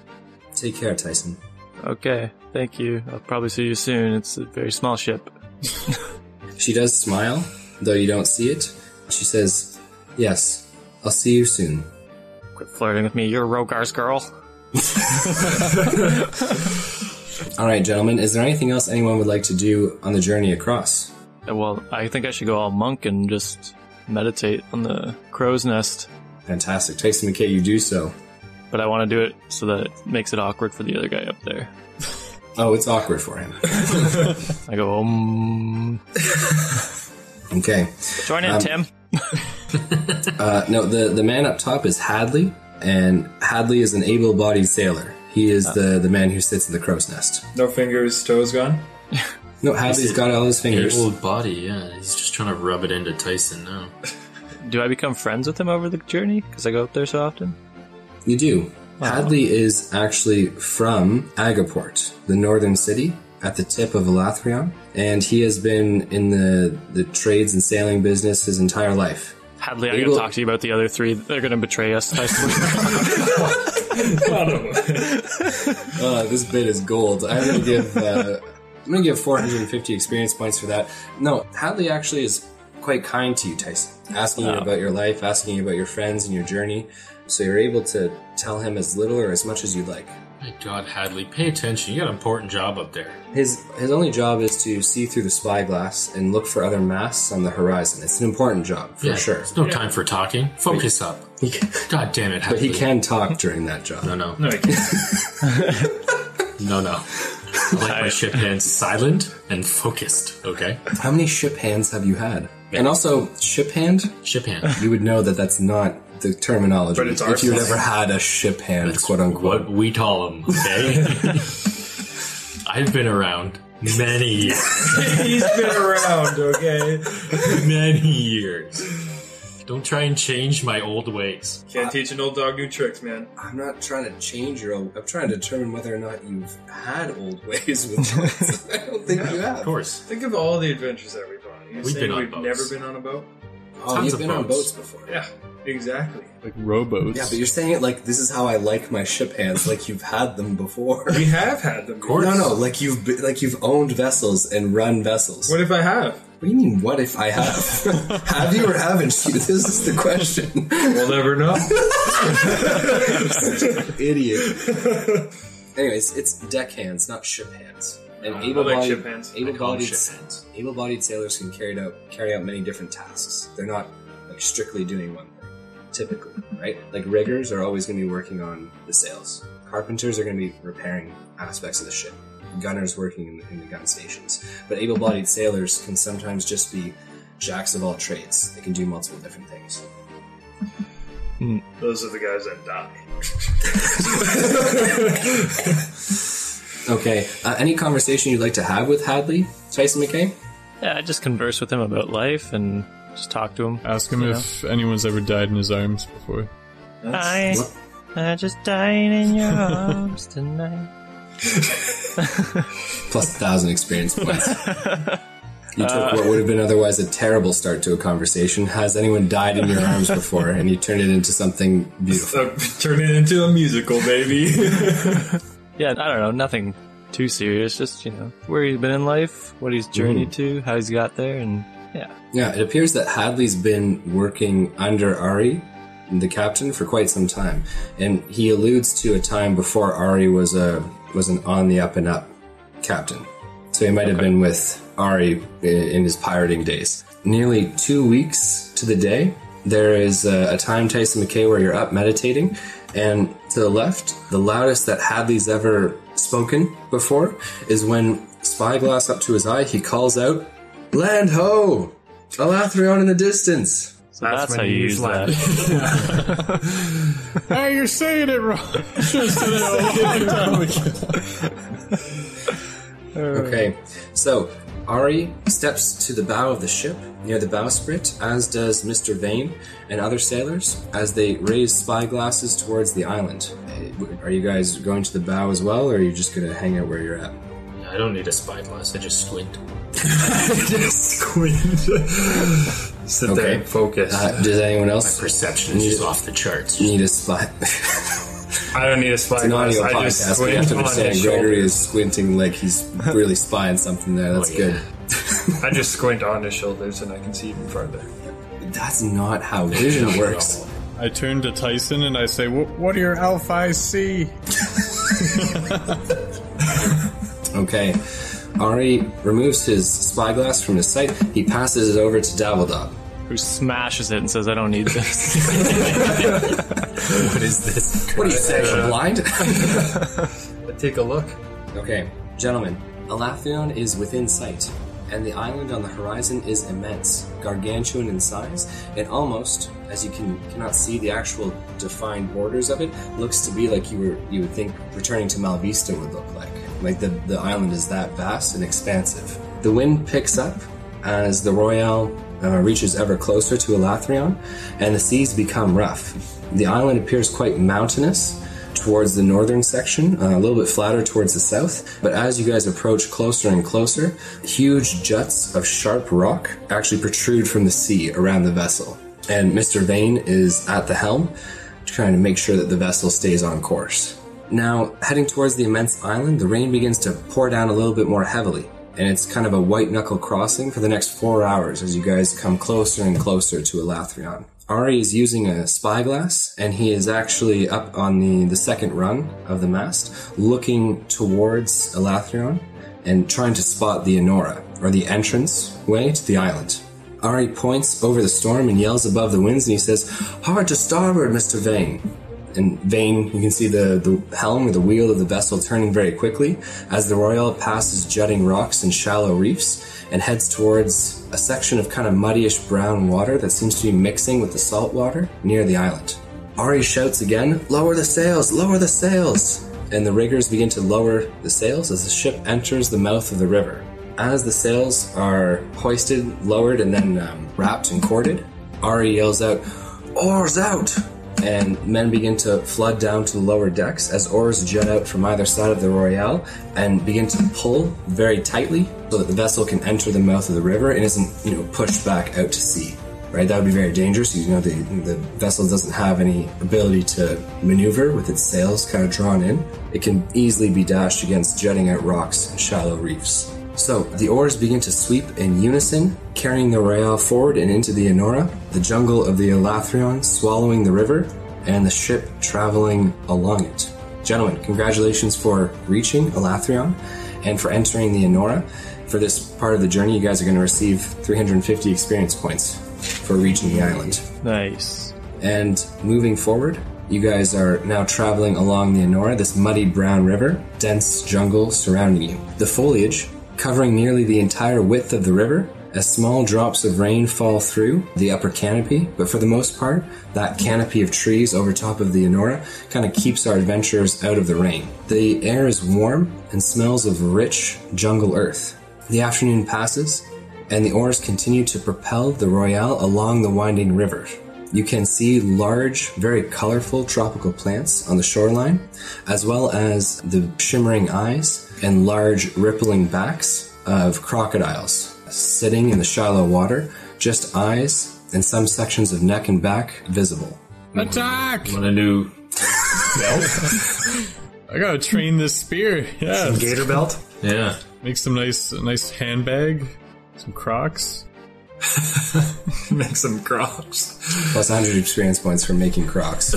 Speaker 2: Take care, Tyson.
Speaker 1: Okay, thank you. I'll probably see you soon. It's a very small ship.
Speaker 2: She does smile, though you don't see it. She says, Yes, I'll see you soon.
Speaker 1: Quit flirting with me. You're Rogar's girl.
Speaker 2: All right, gentlemen, is there anything else anyone would like to do on the journey across?
Speaker 1: Uh, Well, I think I should go all monk and just meditate on the crow's nest.
Speaker 2: Fantastic. Tyson McKay, you do so.
Speaker 1: But I want to do it so that it makes it awkward for the other guy up there.
Speaker 2: Oh, it's awkward for him.
Speaker 1: I go, um,
Speaker 2: Okay.
Speaker 1: join in, Tim.
Speaker 2: Uh, no, the, the man up top is Hadley, and Hadley is an able bodied sailor. He is the, the man who sits in the crow's nest.
Speaker 5: No fingers, toes gone.
Speaker 2: No, Hadley's got all his fingers.
Speaker 3: Old body, yeah. He's just trying to rub it into Tyson now.
Speaker 1: Do I become friends with him over the journey? Because I go up there so often.
Speaker 2: You do. Hadley is actually from Agaport, the northern city at the tip of Elathrion, and he has been in the, the trades and sailing business his entire life.
Speaker 1: Hadley, I'm
Speaker 2: We
Speaker 1: gonna
Speaker 2: will-
Speaker 1: talk to you about the other three. They're gonna betray us. I swear.
Speaker 2: Uh, this bit is gold. I'm gonna give uh, I'm gonna give 450 experience points for that. No, Hadley actually is quite kind to you, Tyson, asking you about your life, asking you about your friends and your journey. So you're able to tell him as little or as much as you'd like.
Speaker 3: My God, Hadley, pay attention. You got an important job up there.
Speaker 2: His his only job is to see through the spyglass and look for other masts on the horizon. It's an important job for
Speaker 3: Yeah,
Speaker 2: sure.
Speaker 3: There's no time for talking. Focus up.
Speaker 2: He can,
Speaker 3: God damn it,
Speaker 2: but
Speaker 3: Hadley.
Speaker 2: he can talk during that job.
Speaker 3: No, no,
Speaker 5: No, I can't.
Speaker 3: no, no. I like my ship hands silent and focused. Okay,
Speaker 2: How many ship hands have you had? And also, ship hand,
Speaker 3: ship hand.
Speaker 2: you would know that that's not the terminology.
Speaker 5: But it's
Speaker 2: if you've
Speaker 5: arsenal.
Speaker 2: ever had a ship hand, quote unquote.
Speaker 3: What we call them. Okay. I've been around many years.
Speaker 5: He's been around, okay?
Speaker 3: many years. Don't try and change my old ways.
Speaker 5: Can't teach an old dog new tricks, man.
Speaker 2: I'm not trying to change your old. I'm trying to determine whether or not you've had old ways with boats. I don't think you
Speaker 3: Of
Speaker 2: have.
Speaker 3: course.
Speaker 5: Think of all the adventures that we've been on. You're
Speaker 3: We've
Speaker 5: saying
Speaker 3: been on
Speaker 5: we've
Speaker 3: boats.
Speaker 5: never been on a boat?
Speaker 2: Oh,
Speaker 3: Tons
Speaker 2: you've
Speaker 3: of
Speaker 2: been on
Speaker 3: boats.
Speaker 2: boats before.
Speaker 5: Yeah, exactly.
Speaker 4: Like rowboats.
Speaker 2: Yeah, but you're saying it like this is how I like my ship hands, like you've had them before.
Speaker 5: We have had them. Of
Speaker 3: course.
Speaker 2: No, no, like you've been, like you've owned vessels and run vessels.
Speaker 5: What if I have?
Speaker 2: What do you mean? What if I have? have you or haven't you? This is the question.
Speaker 5: We'll never know.
Speaker 2: Idiot. Anyways, it's deck hands, not ship hands. And
Speaker 5: I like
Speaker 2: able-bodied,
Speaker 5: ship hands. I
Speaker 2: able-bodied,
Speaker 3: ship hands.
Speaker 2: able-bodied sailors can carry out carry out many different tasks. They're not like strictly doing one thing, typically, right? Like riggers are always going to be working on the sails. Carpenters are going to be repairing aspects of the ship. Gunners working in the, in the gun stations. But able-bodied sailors can sometimes just be jacks of all trades. They can do multiple different things.
Speaker 5: Those are the guys that die.
Speaker 2: Okay. Uh, any conversation you'd like to have with Hadley, Tyson McKay?
Speaker 1: yeah, I just converse with him about life and just talk to him.
Speaker 4: Ask him if anyone's ever died in his arms before.
Speaker 1: Hi.
Speaker 2: What?
Speaker 1: I just died in your arms tonight.
Speaker 2: plus a thousand experience points. You took what would have been otherwise a terrible start to a conversation. Has anyone died in your arms before? And you turned it into something beautiful.
Speaker 5: So, turn it into a musical, baby.
Speaker 1: Yeah, I don't know, nothing too serious. Just you know where he's been in life, what he's
Speaker 2: Mm.
Speaker 1: journeyed to, how he's got there, and yeah,
Speaker 2: Yeah, it appears that Hadley's been working under Ari, the captain, for quite some time, and he alludes to a time before Ari was a was an on the up and up captain. So he might have been with Ari i- in his pirating days. Nearly two weeks to the day, there is a, a time, Tyson McKay, where you're up meditating, and to the left, the loudest that Hadley's ever spoken before is when spyglass up to his eye, he calls out, "Land ho! Alathrion in the distance."
Speaker 1: so that's,
Speaker 5: when
Speaker 1: how
Speaker 5: you
Speaker 1: you
Speaker 5: use
Speaker 1: use that.
Speaker 4: Hey, you're saying it wrong.
Speaker 2: Okay, so Ari steps to the bow of the ship near the bowsprit, as does Mr. Vane and other sailors as they raise spyglasses towards the island. Eh, w- Are you guys going to the bow as well, or are you just gonna hang out where you're at?
Speaker 3: I don't need a spyglass. I just squint.
Speaker 5: Just squint. Sit
Speaker 2: Okay.
Speaker 5: there and focus.
Speaker 2: Uh, does anyone else
Speaker 3: Perception is just off the charts.
Speaker 2: need a spy?
Speaker 5: I don't need a
Speaker 2: An
Speaker 5: spyglass.
Speaker 2: audio
Speaker 5: I just
Speaker 2: podcast. We have
Speaker 5: squint
Speaker 2: to
Speaker 5: on his
Speaker 2: understand
Speaker 5: shoulder.
Speaker 2: Gregory is squinting like he's really spying something there.
Speaker 5: Oh,
Speaker 2: That's
Speaker 3: yeah.
Speaker 2: good.
Speaker 5: I just squint on his shoulders and I can see even farther.
Speaker 2: That's not how vision works.
Speaker 4: I turn to Tyson and I say, "Wh- "What do your elf eyes see?"
Speaker 2: Okay. Ari removes his spyglass from his sight. He passes it over to Dabbledob.
Speaker 1: Who smashes it and says, "I don't need this."
Speaker 2: What is this? What do you say? you're blind?
Speaker 5: Take a look.
Speaker 2: okay, gentlemen. Alathion is within sight, and the island on the horizon is immense, gargantuan in size, and almost, as you can cannot see the actual defined borders of it, looks to be like you were you would think returning to Malvista would look like. Like the, the island is that vast and expansive. The wind picks up as the Royale uh, reaches ever closer to Elathrion, and the seas become rough. The island appears quite mountainous towards the northern section, uh, a little bit flatter towards the south, but as you guys approach closer and closer, huge juts of sharp rock actually protrude from the sea around the vessel. And Mr. Vane is at the helm, trying to make sure that the vessel stays on course. Now, heading towards the immense island, the rain begins to pour down a little bit more heavily, and it's kind of a white knuckle crossing for the next four hours as you guys come closer and closer to Elathrion. Ari is using a spyglass, and he is actually up on the, the second rung of the mast, looking towards Elathrion and trying to spot the Enora, or the entrance way to the island. Ari points over the storm and yells above the winds, and he says, Hard to starboard, Mr. Vane in vain. You can see the, the helm or the wheel of the vessel turning very quickly as the Royal passes jutting rocks and shallow reefs and heads towards a section of kind of muddyish brown water that seems to be mixing with the salt water near the island. Ari shouts again, Lower the sails! Lower the sails! And the riggers begin to lower the sails as the ship enters the mouth of the river. As the sails are hoisted, lowered, and then um, wrapped and corded, Ari yells out, Oars out! and men begin to flood down to the lower decks as oars jut out from either side of the Royale and begin to pull very tightly so that the vessel can enter the mouth of the river and isn't, you know, pushed back out to sea. Right, that would be very dangerous. You know, the, the vessel doesn't have any ability to maneuver with its sails kind of drawn in. It can easily be dashed against jutting out rocks and shallow reefs. So the oars begin to sweep in unison, carrying the Royale forward and into the Enora, the jungle of the Elathrion swallowing the river, and the ship traveling along it. Gentlemen, congratulations for reaching Elathrion and for entering the Enora. For this part of the journey, you guys are going to receive 350 experience points for reaching the island.
Speaker 1: nice.
Speaker 2: And moving forward, you guys are now traveling along the Enora, this muddy brown river, dense jungle surrounding you. The foliage covering nearly the entire width of the river as small drops of rain fall through the upper canopy, but for the most part, that canopy of trees over top of the Enora kind of keeps our adventurers out of the rain. The air is warm and smells of rich jungle earth. The afternoon passes, and the oars continue to propel the Royale along the winding river. You can see large, very colorful tropical plants on the shoreline, as well as the shimmering eyes and large rippling backs of crocodiles sitting in the shallow water, just eyes and some sections of neck and back visible.
Speaker 4: Attack!
Speaker 3: Want a new
Speaker 4: I gotta train this spear. Yeah,
Speaker 6: Gator belt.
Speaker 3: Yeah.
Speaker 4: make some nice, nice handbag, some Crocs.
Speaker 5: Make some crops.
Speaker 2: plus 100 experience points for making crocs.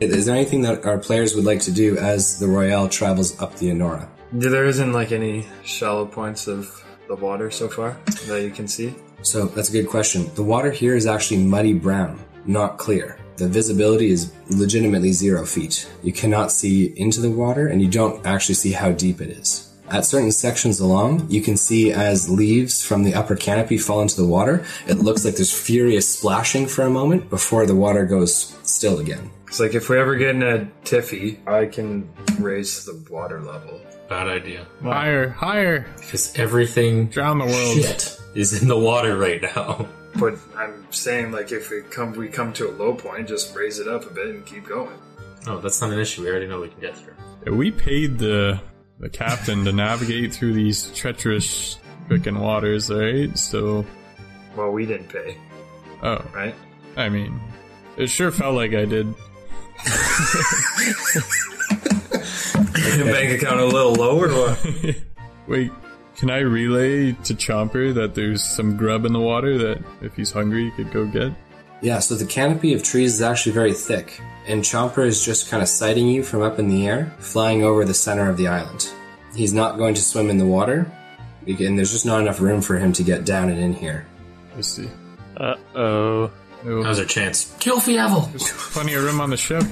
Speaker 2: Is there anything that our players would like to do as the Royale travels up the Enora?
Speaker 5: There isn't like any shallow points of the water so far that you can see.
Speaker 2: So that's a good question. The water here is actually muddy brown, not clear. The visibility is legitimately zero feet. You cannot see into the water and you don't actually see how deep it is. At certain sections along, you can see as leaves from the upper canopy fall into the water, it looks like there's furious splashing for a moment before the water goes still again.
Speaker 5: It's like if we ever get in a tiffy, I can raise the water level.
Speaker 3: Bad idea.
Speaker 4: Higher, higher,
Speaker 3: Because everything
Speaker 4: drown the world.
Speaker 3: shit is in the water right now.
Speaker 5: But I'm saying like if we come we come to a low point, just raise it up a bit and keep going.
Speaker 3: No, Oh, that's not an issue. We already know we can get through.
Speaker 4: Yeah, We paid the the captain to navigate through these treacherous frickin' waters, alright? So,
Speaker 5: Well, we didn't pay,
Speaker 4: oh,
Speaker 5: right?
Speaker 4: I mean, it sure felt like I did.
Speaker 5: Your bank account a little lower. Or what?
Speaker 4: Wait, can I relay to Chomper that there's some grub in the water that if he's hungry, he could go get?
Speaker 2: Yeah, so the canopy of trees is actually very thick, and Chomper is just kind of sighting you from up in the air, flying over the center of the island. He's not going to swim in the water, and there's just not enough room for him to get down and in here.
Speaker 4: I see.
Speaker 1: Uh oh.
Speaker 4: Oh,
Speaker 3: How's our chance? Kill Fievel!
Speaker 4: plenty of room on the ship.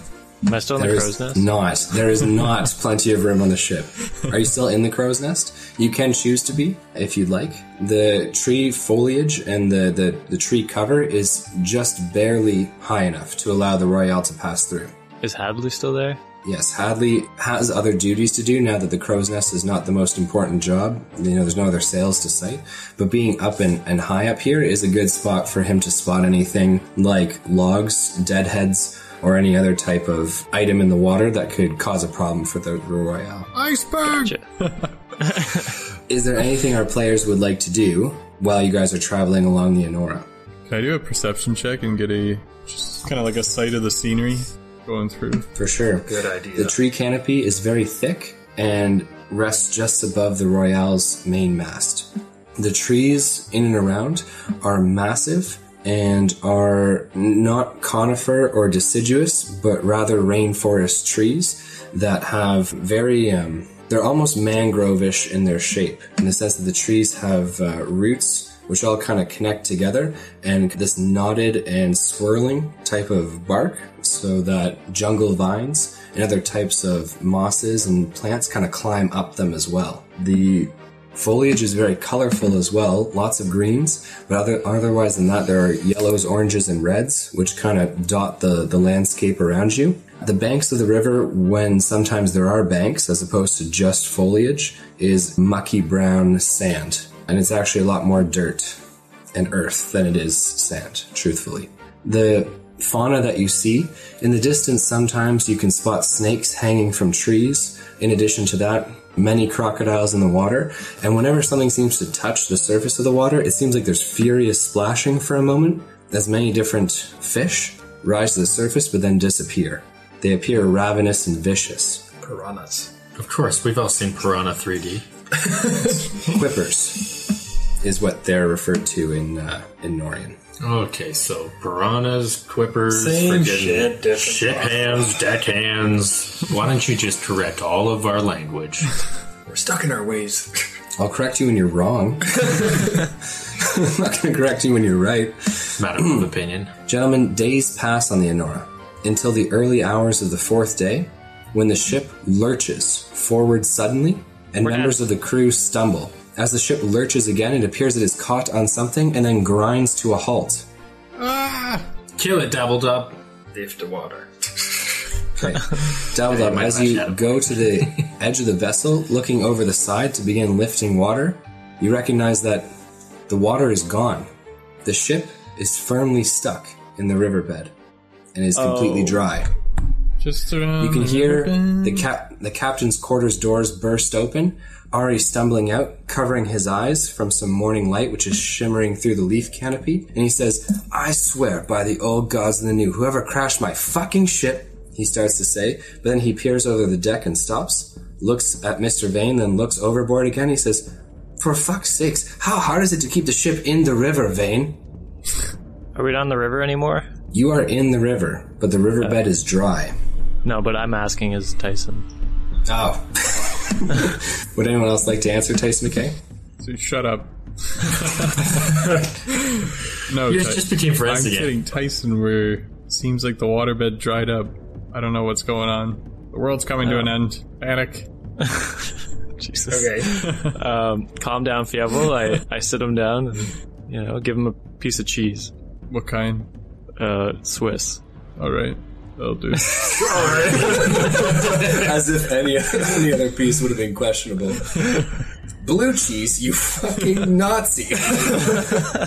Speaker 1: Am I still in the
Speaker 2: There
Speaker 1: crow's
Speaker 2: is
Speaker 1: nest?
Speaker 2: not. There is not plenty of room on the ship. Are you still in the crow's nest? You can choose to be if you'd like. The tree foliage and the, the, the tree cover is just barely high enough to allow the royale to pass through.
Speaker 1: Is Hadley still there?
Speaker 2: Yes, Hadley has other duties to do now that the crow's nest is not the most important job. You know, there's no other sales to sight. But being up and, and high up here is a good spot for him to spot anything like logs, deadheads, or any other type of item in the water that could cause a problem for the Royale.
Speaker 4: Iceberg!
Speaker 2: Is there anything our players would like to do while you guys are traveling along the Enora?
Speaker 4: Can I do a perception check and get a just kind of like a sight of the scenery going through?
Speaker 2: For sure.
Speaker 5: Good idea.
Speaker 2: The tree canopy is very thick and rests just above the Royale's main mast. The trees in and around are massive and are not conifer or deciduous, but rather rainforest trees that have very, um, they're almost mangrove-ish in their shape, in the sense that the trees have uh, roots which all kind of connect together and this knotted and swirling type of bark so that jungle vines and other types of mosses and plants kind of climb up them as well. The foliage is very colorful as well, lots of greens, but other, otherwise than that, there are yellows, oranges, and reds, which kind of dot the, the landscape around you. The banks of the river, when sometimes there are banks as opposed to just foliage, is mucky brown sand. And it's actually a lot more dirt and earth than it is sand, truthfully. The fauna that you see, in the distance, sometimes you can spot snakes hanging from trees. In addition to that, many crocodiles in the water. And whenever something seems to touch the surface of the water, it seems like there's furious splashing for a moment as many different fish rise to the surface but then disappear. They appear ravenous and vicious.
Speaker 5: Piranhas.
Speaker 3: Of course, we've all seen Piranha 3D.
Speaker 2: Quippers is what they're referred to in, uh, in Norian.
Speaker 3: Okay, so piranhas, quippers,
Speaker 5: Same
Speaker 3: friggin'
Speaker 5: shit, different
Speaker 3: ship hands, deck hands. Why don't you just correct all of our language?
Speaker 5: We're stuck in our ways.
Speaker 2: I'll correct you when you're wrong. I'm not going to correct you when you're right.
Speaker 3: Matter of opinion.
Speaker 2: Gentlemen, days pass on the Enora until the early hours of the fourth day when the ship lurches forward suddenly and members of the crew stumble. As the ship lurches again, it appears it is caught on something and then grinds to a halt.
Speaker 4: Ah!
Speaker 3: Kill it, Dabbled Up.
Speaker 5: Leave the water.
Speaker 2: Okay. Doubled up. As you go to the edge of the vessel, looking over the side to begin lifting water, you recognize that the water is gone. The ship is firmly stuck in the riverbed and is completely
Speaker 1: Oh.
Speaker 2: dry.
Speaker 4: Just around.
Speaker 2: You can
Speaker 4: the
Speaker 2: hear
Speaker 4: ribbon.
Speaker 2: the cap the captain's quarters doors burst open, Ari stumbling out, covering his eyes from some morning light which is shimmering through the leaf canopy, and he says, I swear by the old gods and the new, whoever crashed my fucking ship he starts to say, but then he peers over the deck and stops, looks at Mr. Vane, then looks overboard again, he says, For fuck's sakes, how hard is it to keep the ship in the river, Vane?
Speaker 1: Are we down the river anymore?
Speaker 2: You are in the river, but the riverbed is dry.
Speaker 1: No, but I'm asking is Tyson.
Speaker 2: Oh. Would anyone else like to answer, Tyson McKay?
Speaker 4: Dude, shut up. no,
Speaker 3: You
Speaker 4: Ty-
Speaker 3: just became
Speaker 4: I'm
Speaker 3: friends again.
Speaker 4: kidding. Tyson, where seems like the waterbed dried up. I don't know what's going on. The world's coming to an
Speaker 6: Oh.
Speaker 4: end. Panic.
Speaker 1: Jesus.
Speaker 5: Okay.
Speaker 1: Um, calm down, Fievel. I, I sit him down and, you know, give him a piece of cheese.
Speaker 4: What kind?
Speaker 1: Uh, Swiss.
Speaker 4: All right, that'll do.
Speaker 2: As if any, any other piece would have been questionable. Blue cheese, you fucking Nazi!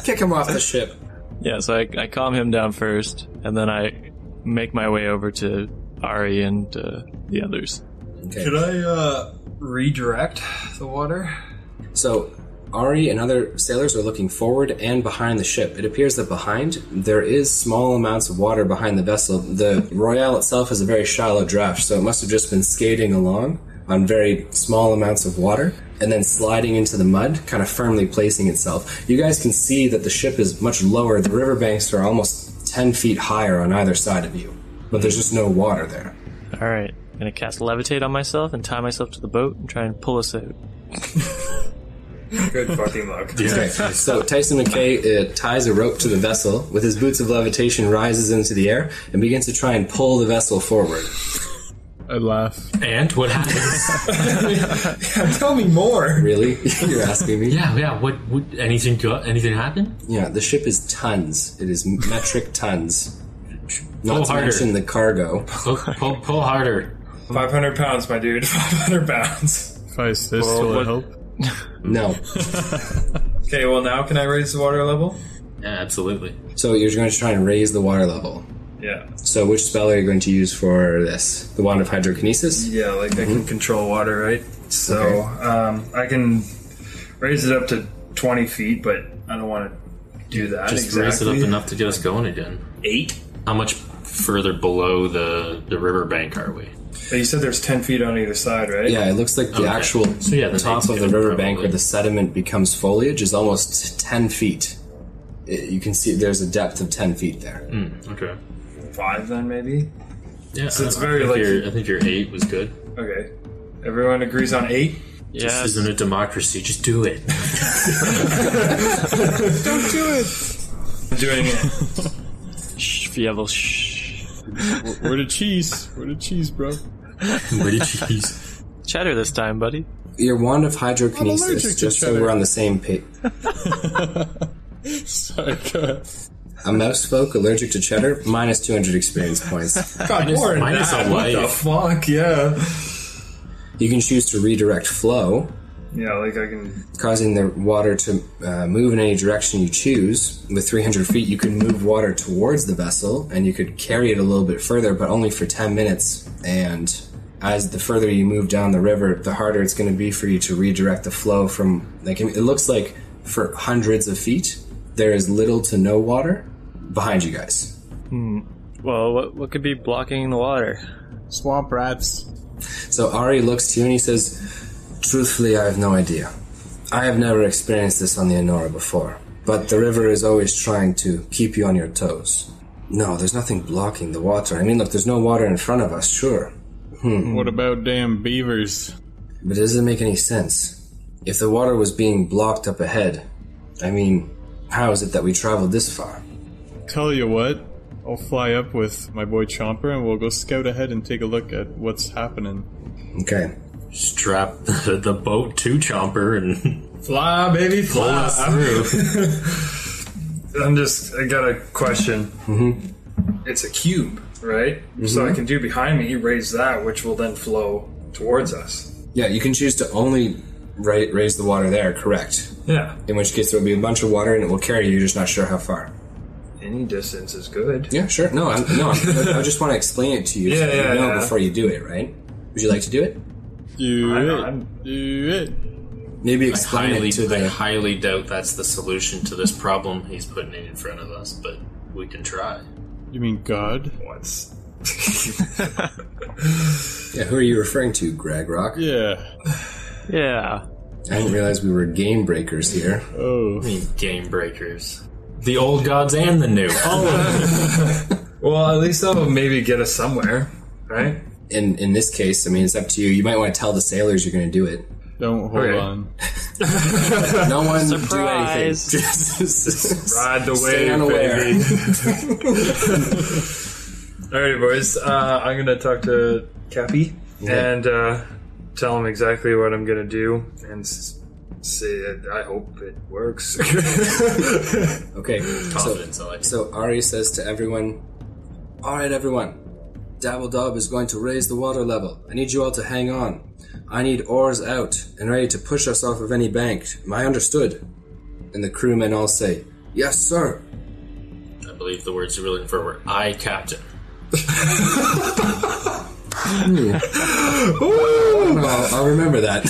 Speaker 2: Kick him off the ship.
Speaker 1: Yeah, so I, I calm him down first, and then I make my way over to Ari and uh, the others.
Speaker 2: Okay.
Speaker 6: Could I uh, redirect the water?
Speaker 2: So, Ari and other sailors are looking forward and behind the ship. It appears that behind, there is small amounts of water behind the vessel. The Royale itself is a very shallow draft, so it must have just been skating along on very small amounts of water and then sliding into the mud, kind of firmly placing itself. You guys can see that the ship is much lower. The riverbanks are almost 10 feet higher on either side of you, but there's just no water there.
Speaker 1: All right, I'm gonna cast levitate on myself and tie myself to the boat and try and pull us out.
Speaker 5: Good fucking luck.
Speaker 2: Okay, so Tyson McKay uh, ties a rope to the vessel with his boots of levitation, rises into the air, and begins to try and pull the vessel forward.
Speaker 4: I laugh.
Speaker 3: And what happens?
Speaker 6: Tell me more.
Speaker 2: Really? You're asking me?
Speaker 3: yeah, yeah. What would anything go, anything happen?
Speaker 2: Yeah, the ship is tons. It is metric tons. Not
Speaker 3: Pull
Speaker 2: to
Speaker 3: harder.
Speaker 2: mention the cargo.
Speaker 3: Pull, pull, pull harder.
Speaker 5: 500 pounds, my dude. 500 pounds.
Speaker 4: If I assist, will
Speaker 1: what-
Speaker 4: it help?
Speaker 2: No.
Speaker 5: Okay, well, now can I raise the water level?
Speaker 3: Yeah, absolutely.
Speaker 2: So you're going to try and raise the water level.
Speaker 5: Yeah.
Speaker 2: So which spell are you going to use for this? The wand of hydrokinesis?
Speaker 5: Yeah, like I
Speaker 3: Mhm.
Speaker 5: can control water, right? So
Speaker 2: Okay.
Speaker 5: um, I can raise it up to 20 feet, but I don't want to do that
Speaker 3: Just
Speaker 5: exactly.
Speaker 3: raise it up enough to get us going again.
Speaker 5: Eight?
Speaker 3: How much further below the the riverbank are we?
Speaker 5: But you said there's 10 feet on either side, right?
Speaker 2: Yeah, it looks like the
Speaker 3: Okay.
Speaker 2: actual
Speaker 3: So yeah, the
Speaker 2: top of
Speaker 3: thing's
Speaker 2: the
Speaker 3: good,
Speaker 2: riverbank where
Speaker 3: probably.
Speaker 2: the sediment becomes foliage is almost 10 feet. It- you can see there's a depth of 10 feet there.
Speaker 3: Hmm. Okay.
Speaker 5: Five then, maybe?
Speaker 3: Yeah,
Speaker 5: So it's
Speaker 3: I-
Speaker 5: very
Speaker 3: I think
Speaker 5: like-
Speaker 3: your- I think your eight was good.
Speaker 5: Okay. Everyone agrees on eight?
Speaker 1: Yeah,
Speaker 3: This isn't a democracy. Just do it.
Speaker 5: I'm doing it.
Speaker 1: shh, Fievel, shh.
Speaker 4: Where the cheese? Where the cheese, bro?
Speaker 3: What did you use?
Speaker 1: Chatter this time, buddy.
Speaker 2: Your wand of
Speaker 4: I'm allergic
Speaker 2: hydrokinesis,
Speaker 4: to
Speaker 2: just so
Speaker 4: cheddar.
Speaker 2: we're on the same page.
Speaker 4: Sorry, go ahead.
Speaker 2: A mouse folk allergic to cheddar, minus 200 experience points.
Speaker 6: God, more than
Speaker 3: mine is
Speaker 6: that.
Speaker 3: a
Speaker 6: What the
Speaker 3: life.
Speaker 6: fuck? Yeah.
Speaker 2: You can choose to redirect flow,
Speaker 5: Yeah, like I can.
Speaker 2: causing the water to uh, move in any direction you choose. With 300 feet, you can move water towards the vessel and you could carry it a little bit further, but only for 10 minutes. And as the further you move down the river, the harder it's going to be for you to redirect the flow from, like, it looks like for hundreds of feet, there is little to no water behind you guys.
Speaker 1: Well, what what could be blocking the water?
Speaker 7: Swamp rats.
Speaker 2: So Ari looks to you and he says, Truthfully, I have no idea. I have never experienced this on the Enora before, but the river is always trying to keep you on your toes. No, there's nothing blocking the water. I mean, look, there's no water in front of us, sure,
Speaker 4: What about damn beavers?
Speaker 2: but it doesn't make any sense. If the water was being blocked up ahead, I mean, how is it that we traveled this far?
Speaker 4: Tell you what, I'll fly up with my boy Chomper, and we'll go scout ahead and take a look at what's happening.
Speaker 2: Okay.
Speaker 3: Strap the, the boat to Chomper and
Speaker 6: Fly, baby,
Speaker 3: pull
Speaker 6: fly.
Speaker 3: us through.
Speaker 5: I'm just. I got a question. Mm-hmm. It's a cube, right? So
Speaker 3: Mm-hmm.
Speaker 5: I can do behind me, raise that, which will then flow towards us.
Speaker 2: Yeah, you can choose to only ra- raise the water there, correct?
Speaker 5: Yeah.
Speaker 2: In which case, there will be a bunch of water and it will carry you, you're just not sure how far.
Speaker 5: any distance is good.
Speaker 2: Yeah, sure. No, I'm, no, I'm, I just want to explain it to you so
Speaker 5: Yeah,
Speaker 2: you
Speaker 5: yeah,
Speaker 2: know
Speaker 5: yeah.
Speaker 2: before you do it, right? Would you like to do it?
Speaker 4: Do
Speaker 5: I-
Speaker 4: it.
Speaker 5: I'm-
Speaker 4: Do it.
Speaker 2: Maybe
Speaker 3: I
Speaker 2: explain
Speaker 3: highly,
Speaker 2: it to
Speaker 3: I
Speaker 2: the.
Speaker 3: highly doubt that's the solution to this problem he's putting in front of us, but we can try.
Speaker 4: You mean God?
Speaker 5: Once.
Speaker 2: Yeah, who are you referring to, Greg Rock?
Speaker 4: Yeah.
Speaker 1: Yeah.
Speaker 2: I didn't realize we were game breakers here.
Speaker 4: Oh.
Speaker 3: I mean, game breakers. The old gods and the new.
Speaker 5: Well, at least that will maybe get us somewhere, right?
Speaker 2: In in this case, I mean, it's up to you. You might want to tell the sailors you're going to do it.
Speaker 4: Don't hold
Speaker 5: Okay.
Speaker 4: on.
Speaker 2: No one do anything.
Speaker 1: Surprise.
Speaker 2: Just
Speaker 5: Ride the
Speaker 2: stay
Speaker 5: wave,
Speaker 2: unaware.
Speaker 5: baby. All right, boys. Uh, I'm gonna talk to Cappy and uh, tell him exactly what I'm gonna do, and s- say that I hope it works.
Speaker 2: Okay. So,
Speaker 3: Confidence, I like it.
Speaker 2: so Ari says to everyone, "All right, everyone. Dabbledob is going to raise the water level. I need you all to hang on. I need oars out and ready to push us off of any bank. Am I understood?" And the crewmen all say, "Yes, sir."
Speaker 3: I believe the words you were looking for were I, Captain.
Speaker 2: No, I'll, I'll remember that.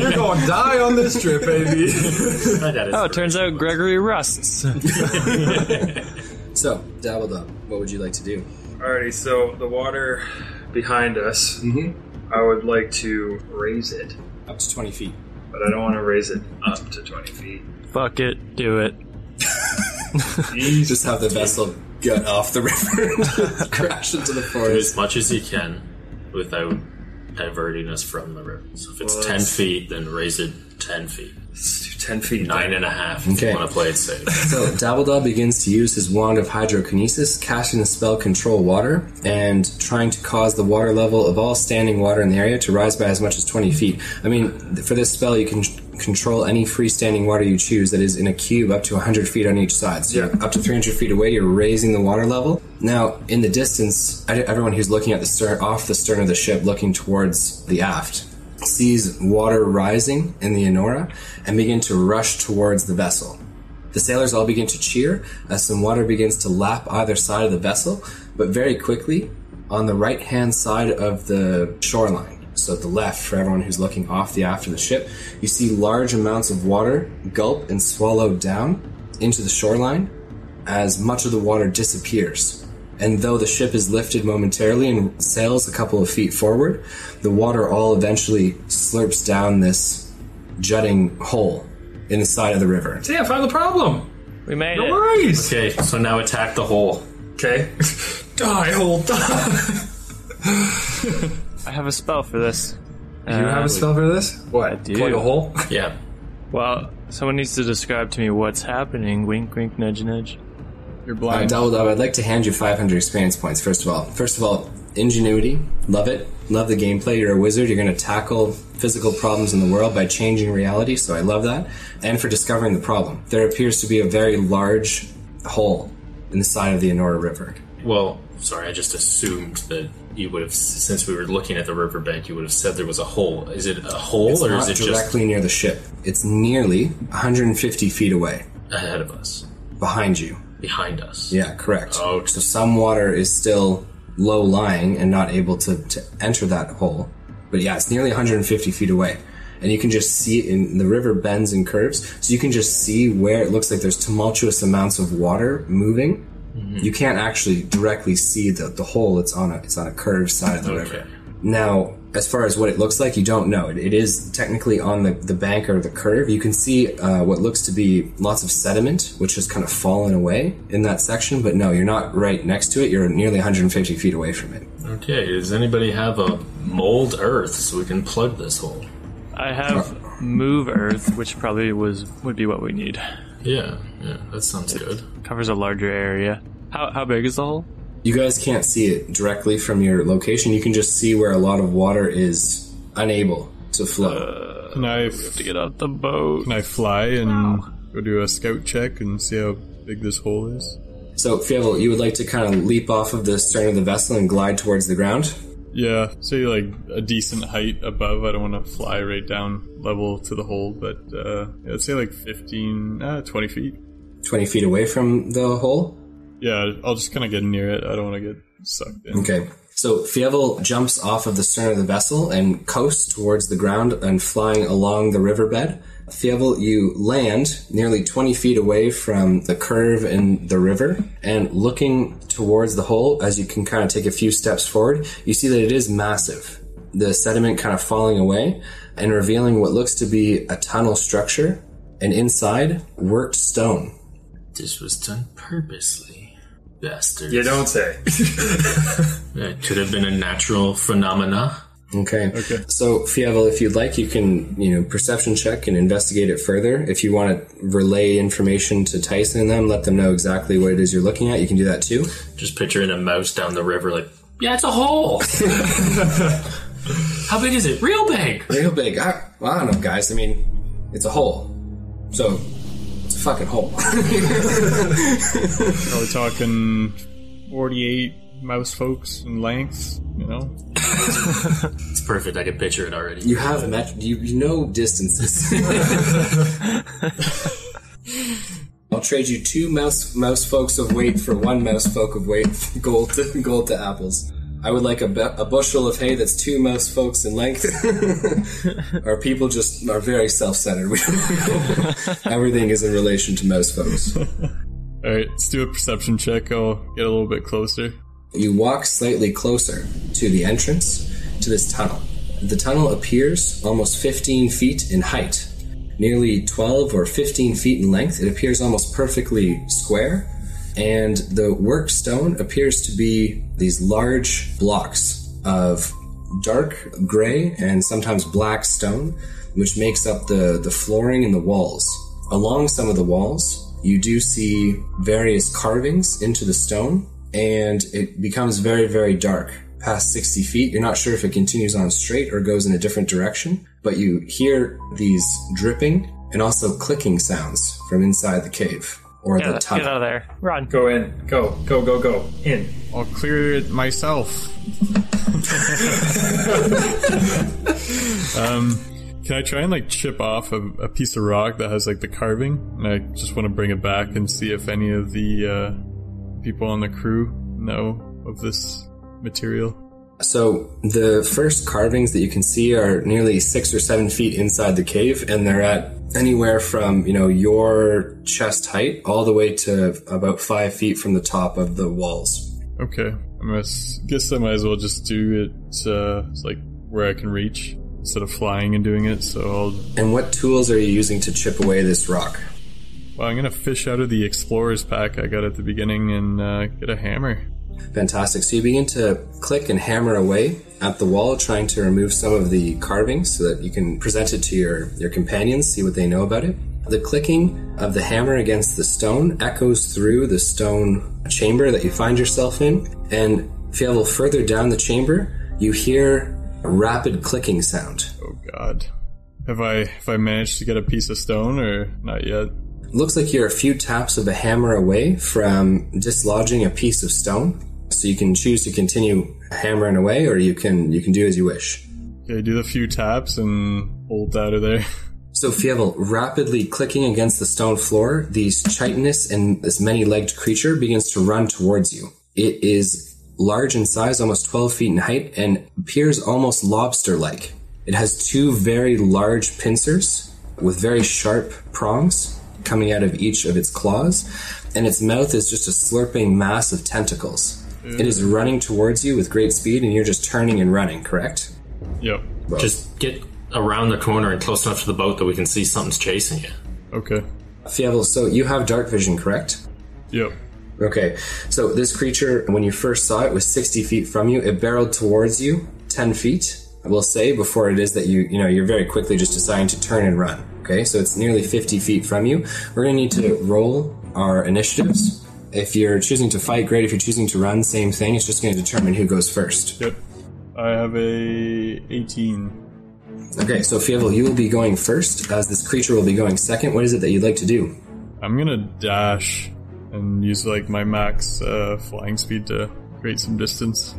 Speaker 6: You're gonna die on this trip, baby.
Speaker 1: Oh, it turns out Gregory rusts.
Speaker 2: so, Dabbledob, what would you like to do?
Speaker 5: Alrighty, so the water behind us, I would like to raise it,
Speaker 2: Up to twenty feet.
Speaker 5: but I don't want to raise it up to 20 feet.
Speaker 1: Fuck it. Do it.
Speaker 2: Just have the vessel gut off the river and crash into the forest.
Speaker 3: as much as you can without diverting us from the river. So if it's
Speaker 5: Well,
Speaker 3: 10
Speaker 5: that's-
Speaker 3: feet, then raise it 10 feet.
Speaker 5: Let's do 10 feet.
Speaker 3: Nine and a half if
Speaker 2: Okay.
Speaker 3: you want to play it safe.
Speaker 2: So Dabbledob begins to use his wand of hydrokinesis, casting the spell Control Water, and trying to cause the water level of all standing water in the area to rise by as much as 20 feet. I mean, th- for this spell, you can c- control any freestanding water you choose that is in a cube up to 100 feet on each side. So you're up to 300 feet away, you're raising the water level. Now, in the distance, I- everyone who's looking at the stern, off the stern of the ship, looking towards the aft, sees water rising in the Enora and begin to rush towards the vessel. The sailors all begin to cheer as some water begins to lap either side of the vessel, but very quickly on the right hand side of the shoreline. So, the left, for everyone who's looking off the aft of the ship, you see large amounts of water gulp and swallow down into the shoreline as much of the water disappears. And though the ship is lifted momentarily and sails a couple of feet forward, the water all eventually slurps down this jutting hole in the side of the river.
Speaker 5: Hey, I found the problem!
Speaker 1: We made
Speaker 5: No
Speaker 1: it.
Speaker 5: worries!
Speaker 3: okay, so now attack the hole.
Speaker 5: Okay. die, hole, die!
Speaker 1: I have a spell for this. Uh,
Speaker 5: You have a spell for this? What?
Speaker 1: I do.
Speaker 5: Plug a hole?
Speaker 3: Yeah.
Speaker 1: Well, someone needs to describe to me what's happening. Wink, wink, nudge, nudge.
Speaker 4: You're
Speaker 2: Uh,
Speaker 4: blind.
Speaker 2: Double Dub, I'd like to hand you 500 experience points, first of all. First of all, ingenuity. Love it. Love the gameplay. You're a wizard. You're going to tackle physical problems in the world by changing reality, so I love that. And for discovering the problem. There appears to be a very large hole in the side of the Enora River.
Speaker 3: Well, sorry, I just assumed that you would have, since we were looking at the riverbank, you would have said there was a hole. Is it a hole
Speaker 2: It's
Speaker 3: or
Speaker 2: not
Speaker 3: is it
Speaker 2: directly near the ship. It's nearly 150 feet away,
Speaker 3: just ahead of us?
Speaker 2: behind you.
Speaker 3: Behind us?
Speaker 2: Yeah, correct.
Speaker 3: Oh,
Speaker 2: So some water is still low lying and not able to, to enter that hole. But yeah, it's nearly 150 feet away. And you can just see it in the river bends and curves. So you can just see where it looks like there's tumultuous amounts of water moving. You can't actually directly see the, the hole. It's on a it's on a curved side of the river. Now, as far as what it looks like, you don't know. It, it is technically on the, the bank or the curve. You can see uh, what looks to be lots of sediment, which has kind of fallen away in that section, but no, you're not right next to it. You're nearly 150 feet away from it.
Speaker 3: Okay, does anybody have a mold earth so we can plug this hole?
Speaker 1: I have move earth, which probably was would be what we need.
Speaker 3: Yeah, yeah, that sounds good.
Speaker 1: Covers a larger area. How how big is the hole?
Speaker 2: You guys can't see it directly from your location. You can just see where a lot of water is unable to flow.
Speaker 4: Can I, f-
Speaker 1: To get out the boat.
Speaker 4: can I fly and go do a scout check and see how big this hole is?
Speaker 2: so, Fievel, you would like to kind of leap off of the stern of the vessel and glide towards the ground?
Speaker 4: Yeah, say like a decent height above. I don't want to fly right down level to the hole, but uh, yeah, I'd say like 15, uh, 20 feet.
Speaker 2: 20 feet away from the hole?
Speaker 4: Yeah, I'll just kind of get near it. I don't want to get sucked in.
Speaker 2: Okay. So Fievel jumps off of the stern of the vessel and coasts towards the ground and flying along the riverbed. Fievel, you land nearly 20 feet away from the curve in the river and looking towards the hole as you can kind of take a few steps forward, you see that it is massive. The sediment kind of falling away and revealing what looks to be a tunnel structure and inside worked stone.
Speaker 3: This was done purposely. Bastards.
Speaker 5: You don't say.
Speaker 3: It could have been a natural phenomena.
Speaker 2: Okay. Okay. So Fievel, if you'd like, you can you know perception check and investigate it further. If you want to relay information to Tyson and them, let them know exactly what it is you're looking at. You can do that too.
Speaker 3: Just picturing a mouse down the river, like, yeah, it's a hole. How big is it? Real big.
Speaker 2: Real big. I, well, I don't know, guys. I mean, it's a hole, so it's a fucking hole.
Speaker 4: Are we talking 48 mouse folks in lengths? You know?
Speaker 3: It's perfect. I can picture it already.
Speaker 2: you have met. You, you know distances. I'll trade you two mouse mouse folks of weight for one mouse folk of weight gold to, gold to apples. I would like a, bu- a bushel of hay that's two mouse folks in length. Our people just are very self centered. We don't- Everything is in relation to mouse folks.
Speaker 4: All right, let's do a perception check. I'll get a little bit closer.
Speaker 2: You walk slightly closer to the entrance to this tunnel. The tunnel appears almost 15 feet in height, nearly 12 or 15 feet in length. It appears almost perfectly square, and the work stone appears to be these large blocks of dark gray and sometimes black stone, which makes up the, the flooring and the walls. Along some of the walls, you do see various carvings into the stone, and it becomes very, very dark. Past 60 feet, you're not sure if it continues on straight or goes in a different direction, but you hear these dripping and also clicking sounds from inside the cave or
Speaker 1: Yeah,
Speaker 2: the
Speaker 1: get out
Speaker 2: tunnel.
Speaker 1: of there. Run.
Speaker 5: Go in. Go. Go. Go. Go. In.
Speaker 4: I'll clear it myself. um, can I try and like chip off a, a piece of rock that has like the carving? And I just want to bring it back and see if any of the uh, people on the crew know of this material.
Speaker 2: So the first carvings that you can see are nearly six or seven feet inside the cave, and they're at anywhere from you know your chest height all the way to about five feet from the top of the walls.
Speaker 4: Okay, I must guess I might as well just do it uh, like where I can reach instead of flying and doing it. So I'll
Speaker 2: And what tools are you using to chip away this rock?
Speaker 4: well, I'm gonna fish out of the explorer's pack I got at the beginning and uh, get a hammer.
Speaker 2: Fantastic. So you begin to click and hammer away at the wall, trying to remove some of the carvings so that you can present it to your, your companions, see what they know about it. The clicking of the hammer against the stone echoes through the stone chamber that you find yourself in. And if you level further down the chamber, you hear a rapid clicking sound.
Speaker 4: Oh God. Have I have I managed to get a piece of stone or not yet?
Speaker 2: Looks like you're a few taps of a hammer away from dislodging a piece of stone. So you can choose to continue hammering away or you can you can do as you wish.
Speaker 4: Okay, do the few taps and bolt out of there.
Speaker 2: So Fievel, rapidly clicking against the stone floor, these chitinous and this many-legged creature begins to run towards you. It is large in size, almost 12 feet in height, and appears almost lobster-like. It has two very large pincers with very sharp prongs coming out of each of its claws, and its mouth is just a slurping mass of tentacles. It is running towards you with great speed, and you're just turning and running, correct?
Speaker 4: Yep.
Speaker 3: Just get around the corner and close enough to the boat that we can see something's chasing you.
Speaker 4: Okay.
Speaker 2: Fievel, so you have dark vision, correct?
Speaker 4: Yep.
Speaker 2: Okay, so this creature, when you first saw it, was 60 feet from you. It barreled towards you 10 feet, I will say, before it is that you, you know, you're very quickly just deciding to turn and run. Okay, so it's nearly 50 feet from you. We're going to need to roll our initiatives. If you're choosing to fight, great. If you're choosing to run, same thing. It's just going to determine who goes first.
Speaker 4: Yep. I have a eighteen.
Speaker 2: Okay, so Fievel, you will be going first, as this creature will be going second. What is it that you'd like to do?
Speaker 4: I'm gonna dash and use like my max uh, flying speed to create some distance.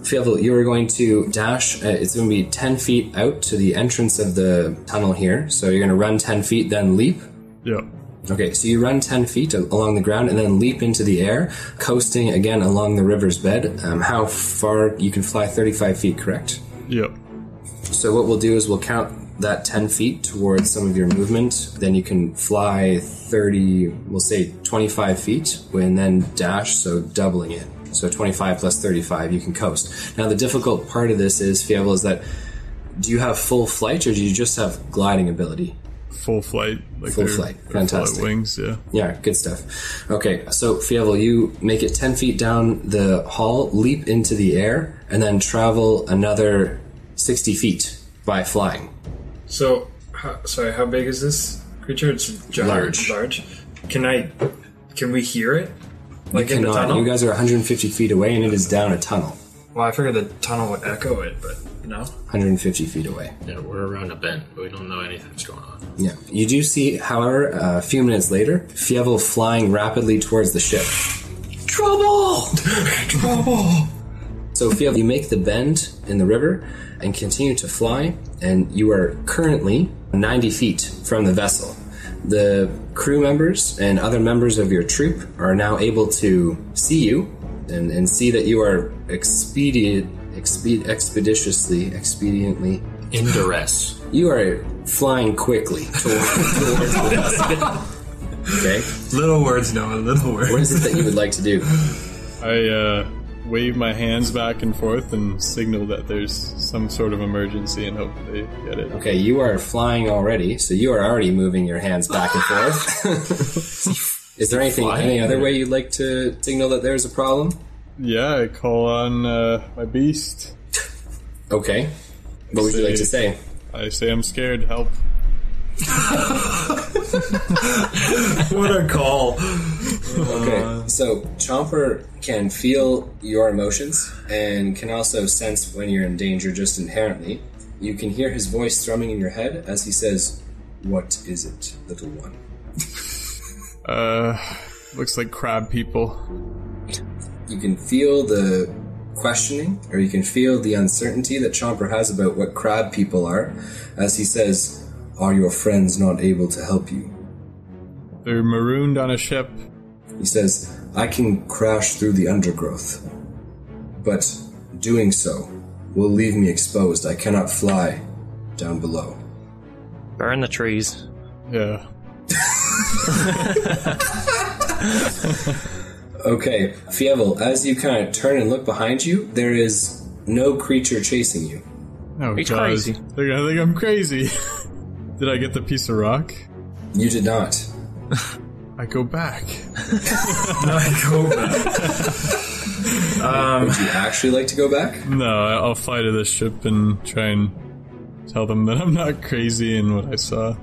Speaker 2: Fievel, you are going to dash. Uh, it's going to be 10 feet out to the entrance of the tunnel here. So you're going to run 10 feet, then leap.
Speaker 4: Yep.
Speaker 2: Okay, so you run 10 feet a- along the ground and then leap into the air, coasting again along the river's bed. Um, how far? You can fly 35 feet, correct?
Speaker 4: Yep.
Speaker 2: So what we'll do is we'll count that 10 feet towards some of your movement. Then you can fly 30, we'll say 25 feet, and then dash, so doubling it. So 25 plus 35, you can coast. Now the difficult part of this is, Fievel, is that do you have full flight or do you just have gliding ability?
Speaker 4: Full flight. Like
Speaker 2: Full
Speaker 4: their-
Speaker 2: flight.
Speaker 4: their
Speaker 2: Fantastic.
Speaker 4: Flight wings, yeah.
Speaker 2: Yeah, good stuff. Okay, so Fievel, you make it 10 feet down the hall, leap into the air, and then travel another 60 feet by flying.
Speaker 5: So, how, sorry, how big is this creature? It's giant,
Speaker 2: Large.
Speaker 5: Large. Can I? Can we hear it? Like in the
Speaker 2: Cannot.
Speaker 5: tunnel?
Speaker 2: You guys are 150 feet away, and it is down a tunnel,
Speaker 5: well, I figured the tunnel would echo it, but no.
Speaker 2: 150 feet away.
Speaker 3: Yeah, we're around a bend. but We don't know anything's going on.
Speaker 2: Yeah. You do see, however, a few minutes later, Fievel flying rapidly towards the ship.
Speaker 5: Trouble! Trouble!
Speaker 2: So, Fievel, you make the bend in the river and continue to fly, and you are currently 90 feet from the vessel. The crew members and other members of your troop are now able to see you and, and see that you are expedient, exped, expeditiously, expediently
Speaker 3: In duress.
Speaker 2: You are flying quickly toward, towards the vessel. Okay.
Speaker 6: Little words, Noah. Little
Speaker 2: What
Speaker 6: words.
Speaker 2: is it that you would like to do?
Speaker 4: I uh, wave my hands back and forth and signal that there's some sort of emergency and hope they get it.
Speaker 2: Okay, you are flying already, so you are already moving your hands back and forth. is there anything, any other way you'd like to signal that there's a problem?
Speaker 4: Yeah, I call on uh, my beast.
Speaker 2: Okay. What would you like to say?
Speaker 4: I say I'm scared. Help.
Speaker 6: What a call.
Speaker 2: Okay, so Chomper can feel your emotions and can also sense when you're in danger just inherently. You can hear his voice thrumming in your head as he says, What is it, little one?
Speaker 4: Uh, looks like crab people.
Speaker 2: you can feel the questioning or you can feel the uncertainty that Chomper has about what crab people are as he says, Are your friends not able to help you?
Speaker 4: They're marooned on a ship.
Speaker 2: He says, I can crash through the undergrowth, but doing so will leave me exposed. I cannot fly down below.
Speaker 1: Burn the trees.
Speaker 4: Yeah.
Speaker 2: Okay, Fievel, as you kind of turn and look behind you, there is no creature chasing you.
Speaker 4: Oh,
Speaker 1: He's
Speaker 4: God.
Speaker 1: crazy.
Speaker 4: They're gonna think I'm crazy. Did I get the piece of rock?
Speaker 2: You did not.
Speaker 4: I go back.
Speaker 2: Would you actually like to go back?
Speaker 4: No, I- I'll fly to this ship and try and tell them that I'm not crazy in what I saw.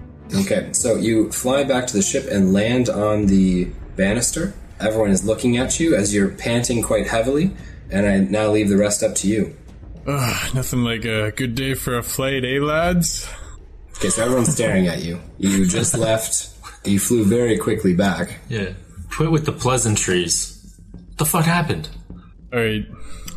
Speaker 2: Okay, so you fly back to the ship and land on the banister. Everyone is looking at you as you're panting quite heavily, and I now leave the rest up to you.
Speaker 4: Ugh, nothing like a good day for a flight, eh, lads?
Speaker 2: Okay, so everyone's staring at you. You just left. You flew very quickly back.
Speaker 3: Yeah. Quit with the pleasantries. What the fuck happened?
Speaker 4: All right.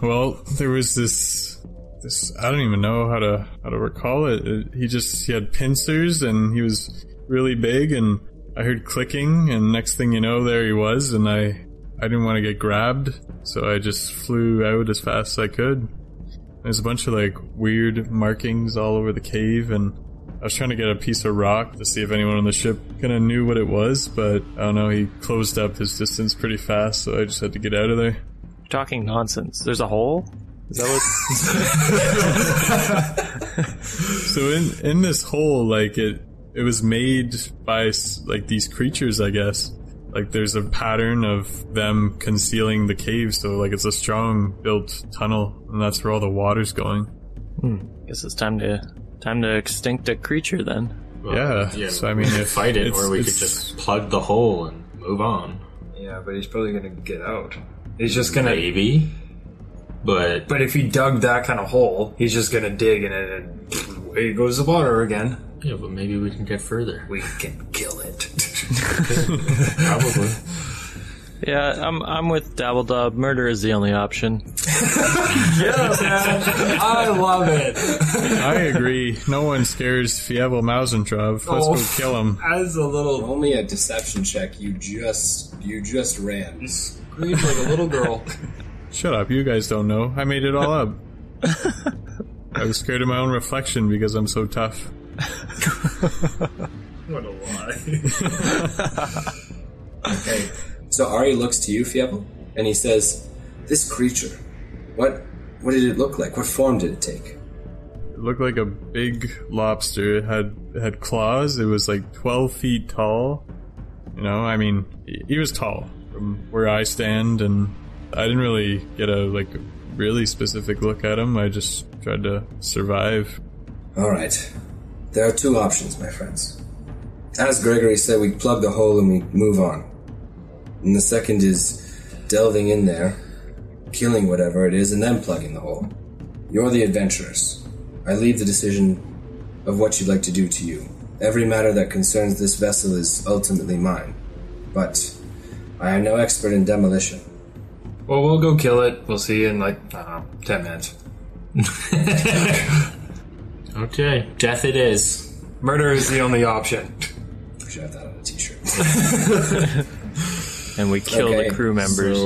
Speaker 4: Well, there was this. This I don't even know how to how to recall it. It- He just he had pincers and he was really big and I heard clicking and next thing you know there he was and I I didn't want to get grabbed so I just flew out as fast as I could. There's a bunch of like weird markings all over the cave and I was trying to get a piece of rock to see if anyone on the ship kind of knew what it was, but I don't know. He closed up his distance pretty fast, so I just had to get out of there.
Speaker 1: Talking nonsense. There's a hole? Is that what?
Speaker 4: So in in this hole, like it it was made by s- like these creatures, I guess. Like there's a pattern of them concealing the cave, so like it's a strong built tunnel, and that's where all the water's going.
Speaker 1: Guess it's time to time to extinct a creature then.
Speaker 4: yeah. So I mean,
Speaker 3: could
Speaker 4: if
Speaker 3: fight it,
Speaker 4: it's-
Speaker 3: or we could
Speaker 4: it's-
Speaker 3: just plug the hole and move on.
Speaker 5: Yeah, but he's probably gonna get out. He's just gonna.
Speaker 3: Maybe, but
Speaker 5: But if he dug that kind of hole, he's just gonna dig in it and pfft, away goes the water again.
Speaker 3: yeah, but maybe we can get further.
Speaker 5: We can kill it.
Speaker 3: Probably.
Speaker 1: Yeah, I'm I'm with Dabbledub. Murder is the only option.
Speaker 6: I love it.
Speaker 4: I agree. No one scares Fievel Mausentrov. Let's
Speaker 6: Oh.
Speaker 4: go kill him.
Speaker 6: As a little
Speaker 2: Only a deception check. You just you just ran.
Speaker 6: green like a little girl.
Speaker 4: Shut up. You guys don't know. I made it all up. I was scared of my own reflection because I'm so tough.
Speaker 5: What a lie.
Speaker 2: Okay. So Ari looks to you, Fievel, and he says, "This creature. What what did it look like? What form did it take?"
Speaker 4: It looked like a big lobster. It had it had claws. It was like twelve feet tall. You know, I mean, he- he was tall from where I stand, and I didn't really get a like really specific look at him. I just tried to survive.
Speaker 2: All right. There are two options, my friends. As Gregory said, we plug the hole and we move on. And the second is delving in there, killing whatever it is, and then plugging the hole. You're the adventurers. I leave the decision of what you'd like to do to you. Every matter that concerns this vessel is ultimately mine. But I am no expert in demolition.
Speaker 5: well, we'll go kill it. We'll see you in like, I don't know, 10 minutes.
Speaker 3: Okay, death it is.
Speaker 5: Murder is the only option.
Speaker 2: We should have that on a t shirt.
Speaker 1: And we kill
Speaker 2: Okay,
Speaker 1: the crew members.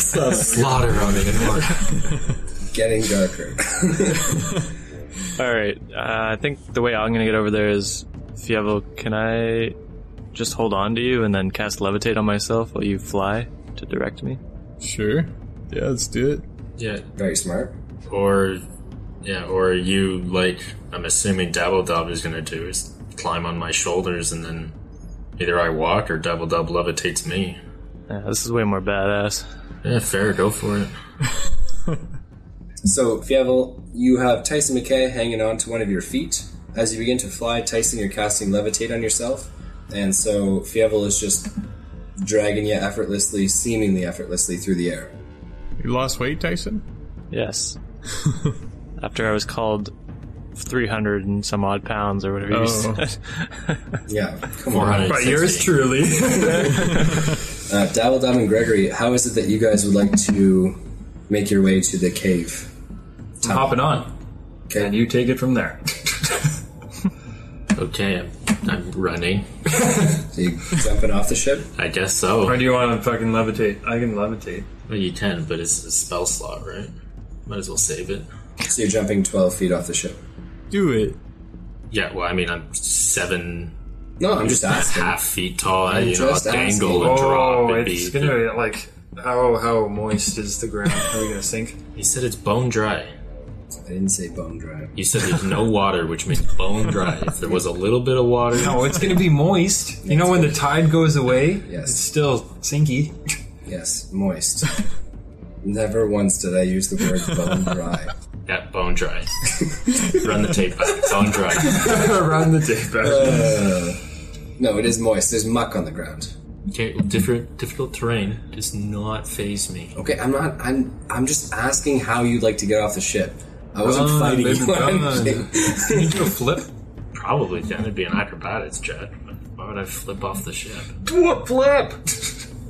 Speaker 3: So, uh, slaughter on it.
Speaker 2: Getting darker.
Speaker 1: All right. Uh, I think the way I'm gonna get over there is, Fievel, can I just hold on to you and then cast levitate on myself while you fly to direct me?
Speaker 4: Sure. Yeah, let's do it.
Speaker 3: Yeah,
Speaker 2: Very smart.
Speaker 3: or yeah, or you like I'm assuming Dabble Dub is gonna do is climb on my shoulders and then either I walk or Dabble Dub levitates me.
Speaker 1: Yeah, this is way more badass.
Speaker 3: Yeah, fair, go for it.
Speaker 2: So, Fievel, you have Tyson McKay hanging on to one of your feet. As you begin to fly, Tyson, you're casting Levitate on yourself. And so, Fievel is just dragging you effortlessly, seemingly effortlessly, through the air.
Speaker 4: You lost weight, Tyson?
Speaker 1: Yes. After I was called 300 and some odd pounds or whatever you
Speaker 4: Oh.
Speaker 1: said.
Speaker 2: Yeah, come on.
Speaker 3: 460.
Speaker 5: But yours truly.
Speaker 2: Uh, Dabbledom and Gregory, how is it that you guys would like to make your way to the cave?
Speaker 5: Hopping on.
Speaker 2: Okay.
Speaker 5: And you take it from there.
Speaker 3: Okay, I'm, I'm running.
Speaker 2: Are you jumping off the ship?
Speaker 3: I guess so.
Speaker 5: Or do you want to fucking levitate? I can levitate.
Speaker 3: Well, you can, but it's a spell slot, right? Might as well save it.
Speaker 2: So, you're jumping 12 feet off the ship.
Speaker 4: Do it.
Speaker 3: Yeah, well, I mean, I'm seven
Speaker 2: No, I'm just asking.
Speaker 3: half feet tall. I,
Speaker 2: I'm
Speaker 3: you know, I'll
Speaker 2: just asking.
Speaker 3: dangle and drop.
Speaker 5: Oh,
Speaker 3: and
Speaker 5: it's
Speaker 3: be,
Speaker 5: gonna be like, how how moist is the ground? Are we gonna sink?
Speaker 3: He said it's bone dry.
Speaker 2: I didn't say bone dry.
Speaker 3: You said there's no water, which means bone dry. If there was a little bit of water,
Speaker 5: No, it's gonna be moist. You know when the tide goes away?
Speaker 2: Yes.
Speaker 5: It's still sinky.
Speaker 2: Yes, moist. Never once did I use the word bone dry.
Speaker 3: yeah, bone dry. Run the tape back. Bone dry.
Speaker 5: Around the tape. Uh,
Speaker 2: No, it is moist. There's muck on the ground.
Speaker 3: Okay, well, different, difficult terrain does not phase me.
Speaker 2: Okay, I'm not. I'm. I'm just asking how you'd like to get off the ship. I wasn't
Speaker 5: Oh,
Speaker 2: fighting
Speaker 5: baby,
Speaker 2: you. or
Speaker 5: come on.
Speaker 2: anything.
Speaker 5: Can you do a flip?
Speaker 3: Probably then it'd be an acrobatics check. Why would I flip off the ship?
Speaker 5: Do a flip!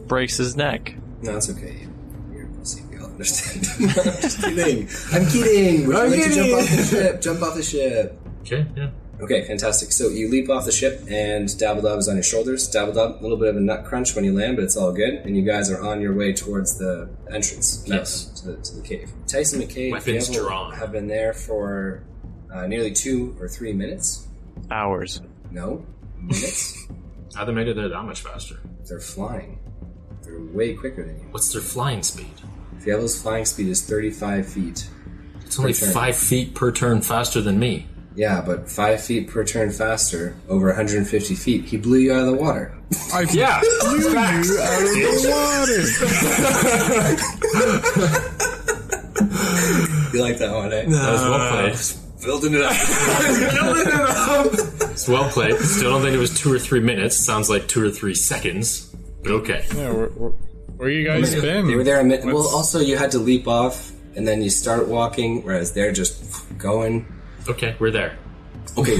Speaker 1: Breaks his neck.
Speaker 2: no, it's okay. You're a pussy. We all understand. I'm just kidding. I'm kidding. Would you like to jump off the ship? Jump off the ship.
Speaker 3: Okay, yeah.
Speaker 2: Okay, fantastic. So you leap off the ship, and Dabbledob is on your shoulders. Dabbledob, a little bit of a nut crunch when you land, but it's all good. And you guys are on your way towards the entrance, not-
Speaker 3: Yes.
Speaker 2: to, the, to the cave. Tyson McCabe
Speaker 3: Weapons
Speaker 2: Fievel
Speaker 3: drawn.
Speaker 2: have been there for uh, nearly two or three minutes.
Speaker 1: Hours.
Speaker 2: No, minutes.
Speaker 3: How they made it there that much faster?
Speaker 2: They're flying. They're way quicker than you.
Speaker 3: What's their flying speed?
Speaker 2: Fievel's flying speed is 35 feet.
Speaker 3: It's only
Speaker 2: turn.
Speaker 3: five feet per turn faster than me.
Speaker 2: Yeah, but five feet per turn faster, over 150 feet. He blew you out of the water.
Speaker 4: I yeah, blew you out of the water.
Speaker 2: You like that one, eh?
Speaker 3: That was well played.
Speaker 2: Building it up.
Speaker 3: It's well played. Still don't think it was two or three minutes. Sounds like two or three seconds. But okay.
Speaker 4: Yeah, where, where, where you guys been?
Speaker 2: They were there a minute. Well, also you had to leap off and then you start walking, whereas they're just going.
Speaker 3: Okay, we're there.
Speaker 2: Okay,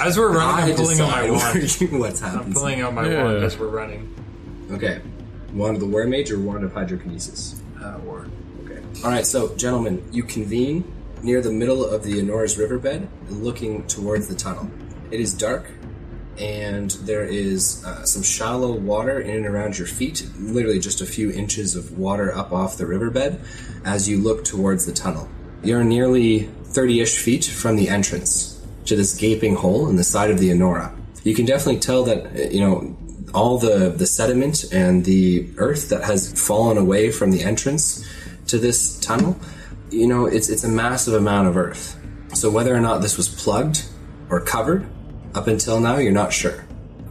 Speaker 6: As we're running,
Speaker 2: I
Speaker 6: I'm pulling out my
Speaker 2: decide
Speaker 6: wand.
Speaker 2: what's
Speaker 6: I'm
Speaker 2: happening.
Speaker 6: pulling out my
Speaker 4: Yeah.
Speaker 6: wand as we're running.
Speaker 2: Okay, wand of the Weremage or wand of hydrokinesis?
Speaker 6: Uh, ward.
Speaker 2: Okay. All right, so gentlemen, you convene near the middle of the Honora's riverbed, and looking towards the tunnel. It is dark, and there is uh, some shallow water in and around your feet, literally just a few inches of water up off the riverbed as you look towards the tunnel. You're nearly 30 ish feet from the entrance to this gaping hole in the side of the Enora. You can definitely tell that, uh, you know, all the, the sediment and the earth that has fallen away from the entrance to this tunnel, you know, it's, it's a massive amount of earth. So whether or not this was plugged or covered, up until now, you're not sure.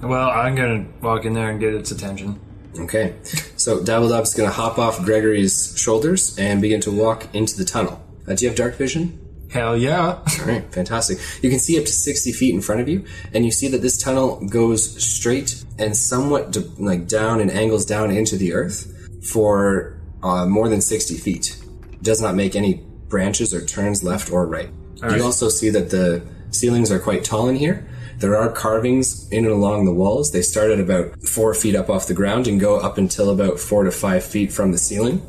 Speaker 6: Well, I'm gonna walk in there and get its attention.
Speaker 2: Okay. So Dabbledob's going to hop off Gregory's shoulders and begin to walk into the tunnel. Uh, do you have dark vision?
Speaker 6: Hell yeah!
Speaker 2: All right, fantastic. You can see up to 60 feet in front of you, and you see that this tunnel goes straight and somewhat d like down and angles down into the earth for uh, more than 60 feet. Does not make any branches or turns left or right. You also see that the ceilings are quite tall in here. There are carvings in and along the walls. They start at about four feet up off the ground and go up until about four to five feet from the ceiling.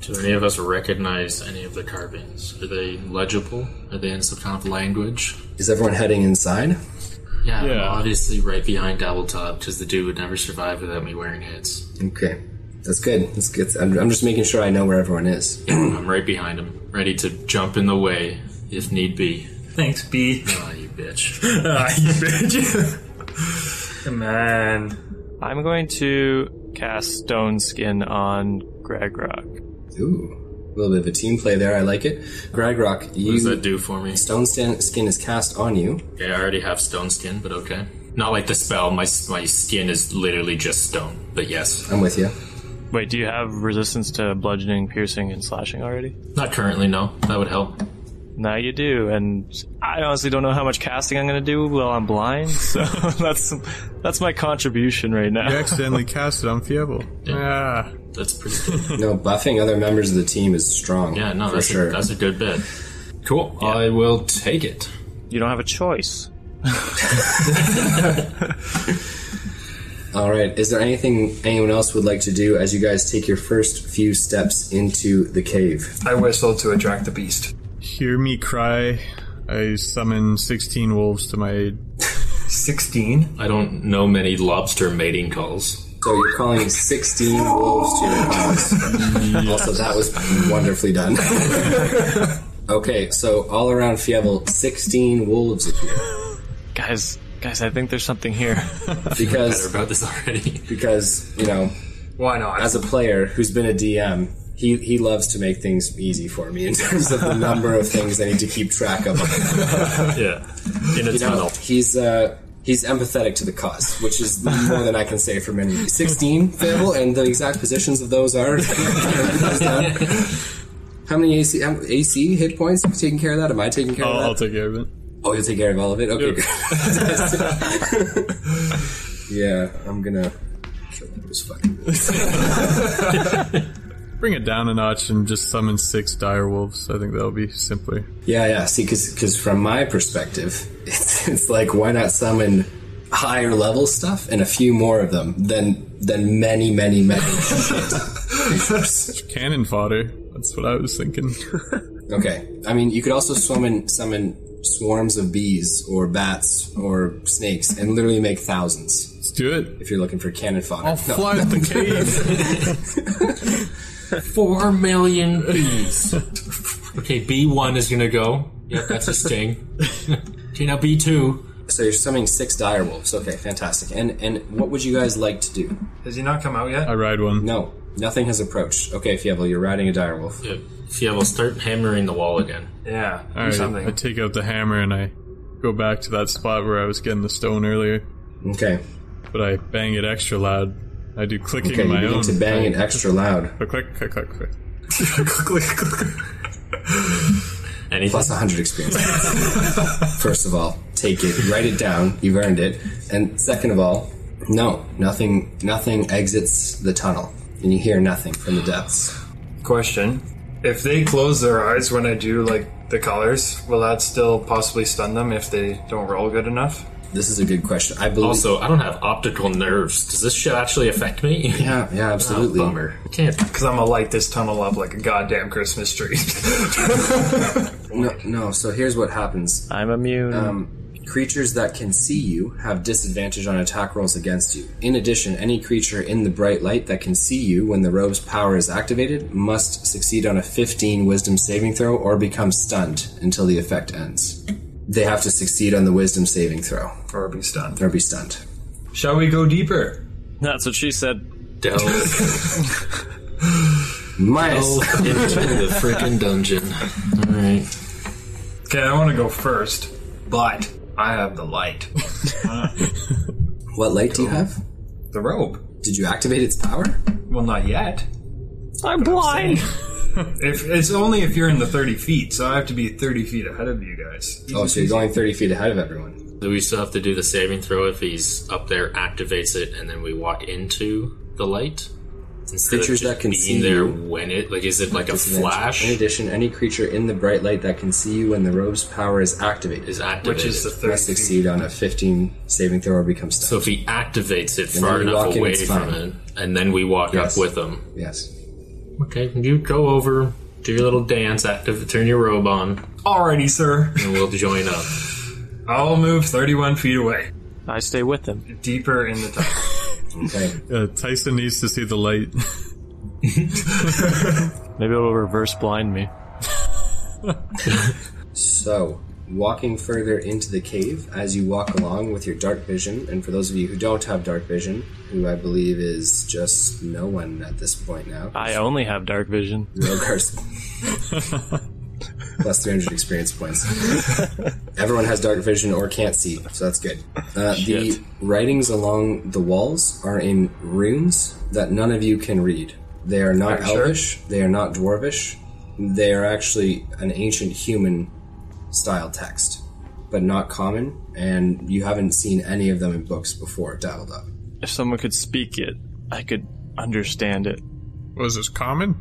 Speaker 3: Do any of us recognize any of the carvings? Are they legible? Are they in some kind of language?
Speaker 2: Is everyone heading inside?
Speaker 3: Yeah, I'm
Speaker 4: Yeah.
Speaker 3: obviously right behind Dabbletop because the dude would never survive without me wearing hits.
Speaker 2: Okay. That's good. That's good. I'm, I'm just making sure I know where everyone is.
Speaker 3: I'm right behind him, ready to jump in the way if need be.
Speaker 6: Thanks, B.
Speaker 3: Aw, you bitch.
Speaker 5: Come on.
Speaker 1: I'm going to cast Stone Skin on Greg Rock.
Speaker 2: Ooh. A little bit of a team play there. I like it. Gragrock,
Speaker 3: What does that
Speaker 2: you.
Speaker 3: do for me?
Speaker 2: Stone skin, skin is cast on you.
Speaker 3: Okay, I already have stone skin, but okay. Not like the spell. My my skin is literally just stone. But yes,
Speaker 2: I'm with you.
Speaker 1: Wait, do you have resistance to bludgeoning, piercing, and slashing already?
Speaker 3: not currently. No, that would help.
Speaker 1: Now you do, and I honestly don't know how much casting I'm going to do while I'm blind. So that's that's my contribution right now.
Speaker 4: You accidentally cast it on Fievel. Ah.
Speaker 3: That's pretty good.
Speaker 2: No, buffing other members of the team is strong.
Speaker 3: Yeah, no,
Speaker 2: for
Speaker 3: that's
Speaker 2: sure.
Speaker 3: a, that's a good bit. Cool. I will take it.
Speaker 1: You don't have a choice.
Speaker 2: All right. Is there anything anyone else would like to do as you guys take your first few steps into the cave?
Speaker 5: I whistle to attract the beast.
Speaker 4: Hear me cry. I summon 16 wolves to my aid.
Speaker 6: 16.
Speaker 3: I don't know many lobster mating calls.
Speaker 2: So you're calling 16 wolves to your house. Also, that was wonderfully done. okay, so all around Fievel, 16 wolves appear.
Speaker 1: Guys, guys, I think there's something here.
Speaker 3: Better
Speaker 2: Because
Speaker 3: about this already.
Speaker 2: because you know
Speaker 6: Why not?
Speaker 2: as a player who's been a dm he, he loves to make things easy for me in terms of the number of things I need to keep track of.
Speaker 3: yeah, in a
Speaker 2: You know,
Speaker 3: tunnel.
Speaker 2: he's uh, he's empathetic to the cause, which is more than I can say for many. Sixteen, Fable, and the exact positions of those are. how many AC, how- AC hit points? Have you taken care of that? Am I taking care
Speaker 4: I'll, I'll
Speaker 2: of that?
Speaker 4: take care of it.
Speaker 2: oh, you'll take care of all of it. Okay. good. yeah, I'm gonna. Sure, that was fucking.
Speaker 4: Bring it down a notch and just summon six dire wolves. I think that'll be simpler.
Speaker 2: Yeah, yeah. See, because from my perspective, it's, it's like why not summon higher level stuff and a few more of them than than many, many, many. shit.
Speaker 4: Cannon fodder. That's what I was thinking.
Speaker 2: okay, I mean, you could also summon summon swarms of bees or bats or snakes and literally make thousands
Speaker 4: Let's do it.
Speaker 2: if you're looking for cannon fodder.
Speaker 4: I'll
Speaker 2: No.
Speaker 4: fly at the cave.
Speaker 3: Four million bees. okay, B one is gonna go. Yep, that's a sting. okay, now B two.
Speaker 2: So you're summoning six dire wolves. Okay, fantastic. And and what would you guys like to do?
Speaker 6: Has he not come out yet?
Speaker 4: I ride one.
Speaker 2: No, nothing has approached. Okay, Fievel, you're riding a dire wolf.
Speaker 3: Yeah, yeah, we'll start hammering the wall again.
Speaker 6: Yeah. Do
Speaker 4: All right,
Speaker 6: something.
Speaker 4: I take out the hammer and I go back to that spot where I was getting the stone earlier,
Speaker 2: Okay,
Speaker 4: but I bang it extra loud. I do clicking
Speaker 2: okay, you
Speaker 4: my
Speaker 2: begin
Speaker 4: own.
Speaker 2: to bang it extra loud.
Speaker 4: Click, click, click, click, click.
Speaker 3: Anything?
Speaker 2: plus 100 experience. First of all, take it, write it down. You've earned it. And second of all, no, nothing, nothing exits the tunnel, and you hear nothing from the depths.
Speaker 6: Question
Speaker 5: if they close their eyes when I do like the colors, will that still possibly stun them if they don't roll good enough?
Speaker 2: This is a good question. I believe.
Speaker 3: Also, I don't have optical nerves. Does this shit actually affect me?
Speaker 2: yeah, yeah,
Speaker 3: Oh,
Speaker 2: absolutely.
Speaker 3: bummer. I can't.
Speaker 5: Because I'm gonna light this tunnel up like a goddamn Christmas tree.
Speaker 2: no, no. So here's what happens.
Speaker 1: I'm immune.
Speaker 2: Um, creatures that can see you have disadvantage on attack rolls against you. In addition, any creature in the bright light that can see you when the robe's power is activated must succeed on a 15 wisdom saving throw or become stunned until the effect ends. They have to succeed on the wisdom saving throw
Speaker 5: or be stunned.
Speaker 2: or be stunned.
Speaker 6: Shall we go deeper?
Speaker 1: That's what she said.
Speaker 3: Delve into Oh.
Speaker 2: Minus.
Speaker 3: the freaking dungeon. Alright.
Speaker 5: Okay, I want to go first, but I have the light.
Speaker 2: What light do you have?
Speaker 5: The robe.
Speaker 2: Did you activate its power?
Speaker 5: Well, not yet.
Speaker 1: I'm blind.
Speaker 5: If it's only if you're in the 30 feet, so I have to be 30 feet ahead of you guys.
Speaker 2: Oh, so you're going 30 feet ahead of everyone.
Speaker 3: Do we still have to do the saving throw if he's up there, activates it, and then we walk into the light? Instead
Speaker 2: Creatures that can
Speaker 3: being
Speaker 2: see
Speaker 3: there
Speaker 2: you.
Speaker 3: when it like is it like a
Speaker 2: In
Speaker 3: flash
Speaker 2: addition, any creature in the bright light that can see you when the robe's power is activated
Speaker 3: is activated?
Speaker 5: Which is the 30
Speaker 2: must
Speaker 5: feet.
Speaker 2: succeed on a 15 saving throw or become stunned.
Speaker 3: so if he activates it
Speaker 2: And
Speaker 3: far
Speaker 2: then we
Speaker 3: enough
Speaker 2: walk in,
Speaker 3: away
Speaker 2: it's
Speaker 3: from
Speaker 2: fine.
Speaker 3: it, and then we walk
Speaker 2: Yes.
Speaker 3: up with him.
Speaker 2: yes.
Speaker 3: Okay, you go over, do your little dance, active, turn your robe on,
Speaker 5: Alrighty, sir.
Speaker 3: and we'll join up.
Speaker 5: I'll move 31 feet away,
Speaker 1: I stay with them.
Speaker 5: deeper in the tunnel.
Speaker 2: Okay.
Speaker 4: Uh, Tyson needs to see the light.
Speaker 1: Maybe it'll reverse blind me.
Speaker 2: So, walking further into the cave as you walk along with your dark vision, and for those of you who don't have dark vision, who I believe is just no one at this point now,
Speaker 1: I only have dark vision.
Speaker 2: Rogar's plus 300 experience points. Everyone has dark vision or can't see, so that's good. Uh, the
Speaker 1: Shit.
Speaker 2: writings along the walls are in runes that none of you can read. They are not
Speaker 5: you sure?
Speaker 2: elvish, they are not dwarvish, they are actually an ancient human style text, but not common, and you haven't seen any of them in books before, Dabbled Up.
Speaker 1: If someone could speak it, I could understand it.
Speaker 4: Was this common?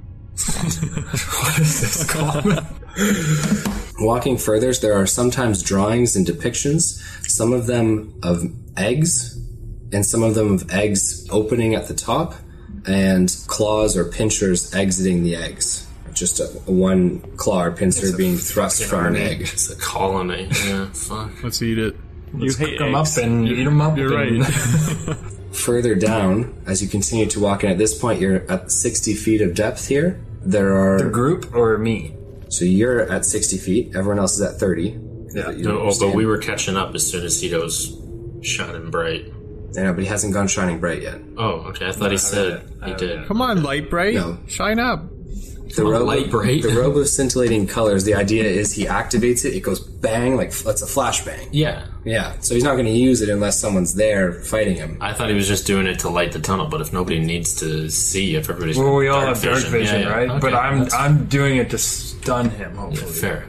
Speaker 2: Walking further, there are sometimes drawings and depictions, some of them of eggs, and some of them of eggs opening at the top, and claws or pincers exiting the eggs. Just a, one claw or pincer being thrust from an egg.
Speaker 3: It's a colony. Yeah, fuck.
Speaker 4: Let's eat it.
Speaker 1: you hate
Speaker 5: Pick 'em up
Speaker 1: eggs.
Speaker 5: and eat 'em up.
Speaker 4: You're
Speaker 5: and-
Speaker 4: right.
Speaker 2: Further down, as you continue to walk in, at this point you're at 60 feet of depth here. There are.
Speaker 5: Group or me?
Speaker 2: So you're at 60 feet, everyone else is at 30.
Speaker 5: Yeah.
Speaker 2: You
Speaker 3: No, oh, but
Speaker 2: understand.
Speaker 3: we were catching up as soon as he goes shining bright.
Speaker 2: Yeah, but he hasn't gone shining bright yet.
Speaker 3: Oh, okay. I thought he said he did.
Speaker 4: Come on, light bright.
Speaker 2: No.
Speaker 4: Shine up.
Speaker 2: the
Speaker 3: on,
Speaker 2: robe,
Speaker 3: light bright.
Speaker 2: the robe of scintillating colors. The idea is he activates it. It goes bang, like that's a flashbang.
Speaker 3: Yeah,
Speaker 2: Yeah. So he's not going to use it unless someone's there fighting him.
Speaker 3: I thought he was just doing it to light the tunnel. But if nobody needs to see, if everybody's
Speaker 5: Well, we all have dark
Speaker 3: yeah,
Speaker 5: vision,
Speaker 3: yeah.
Speaker 5: right?
Speaker 3: Okay,
Speaker 5: but I'm
Speaker 3: that's
Speaker 5: I'm doing it to stun him. Hopefully,
Speaker 3: fair.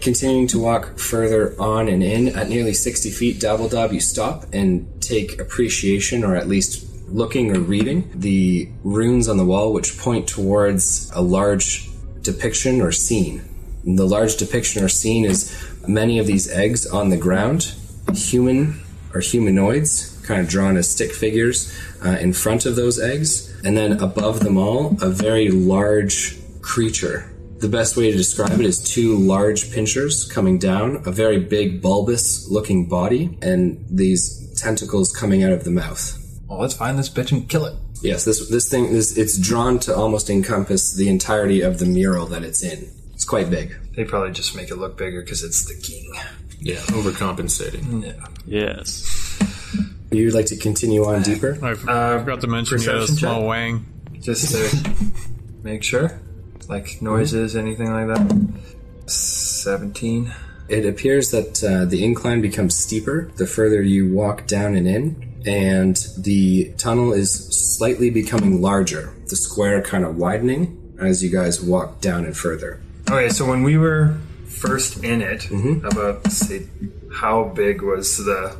Speaker 2: Continuing to walk further on and in, at nearly sixty feet, Dabble Dab, you stop and take appreciation, or at least looking or reading the runes on the wall, which point towards a large depiction or scene. The large depiction or scene is many of these eggs on the ground, human or humanoids, kind of drawn as stick figures uh, in front of those eggs. And then above them all, a very large creature. The best way to describe it is two large pincers coming down, a very big bulbous looking body, and these tentacles coming out of the mouth.
Speaker 5: Well, let's find this bitch and kill it.
Speaker 2: Yes, this this thing is it's drawn to almost encompass the entirety of the mural that it's in. It's quite big.
Speaker 5: They probably just make it look bigger because it's the king.
Speaker 3: Yeah,
Speaker 5: Hmm.
Speaker 3: overcompensating.
Speaker 1: Yes.
Speaker 2: You'd like to continue on deeper?
Speaker 4: I f- forgot to mention you had a
Speaker 5: perception
Speaker 4: small
Speaker 5: check?
Speaker 4: wang.
Speaker 5: Just to make sure, like noises, anything like that. Seventeen.
Speaker 2: It appears that uh, the incline becomes steeper the further you walk down and in, and the tunnel is slightly becoming larger. The square kind of widening as you guys walk down and further.
Speaker 5: Okay, so when we were first in it, about say, how big was the?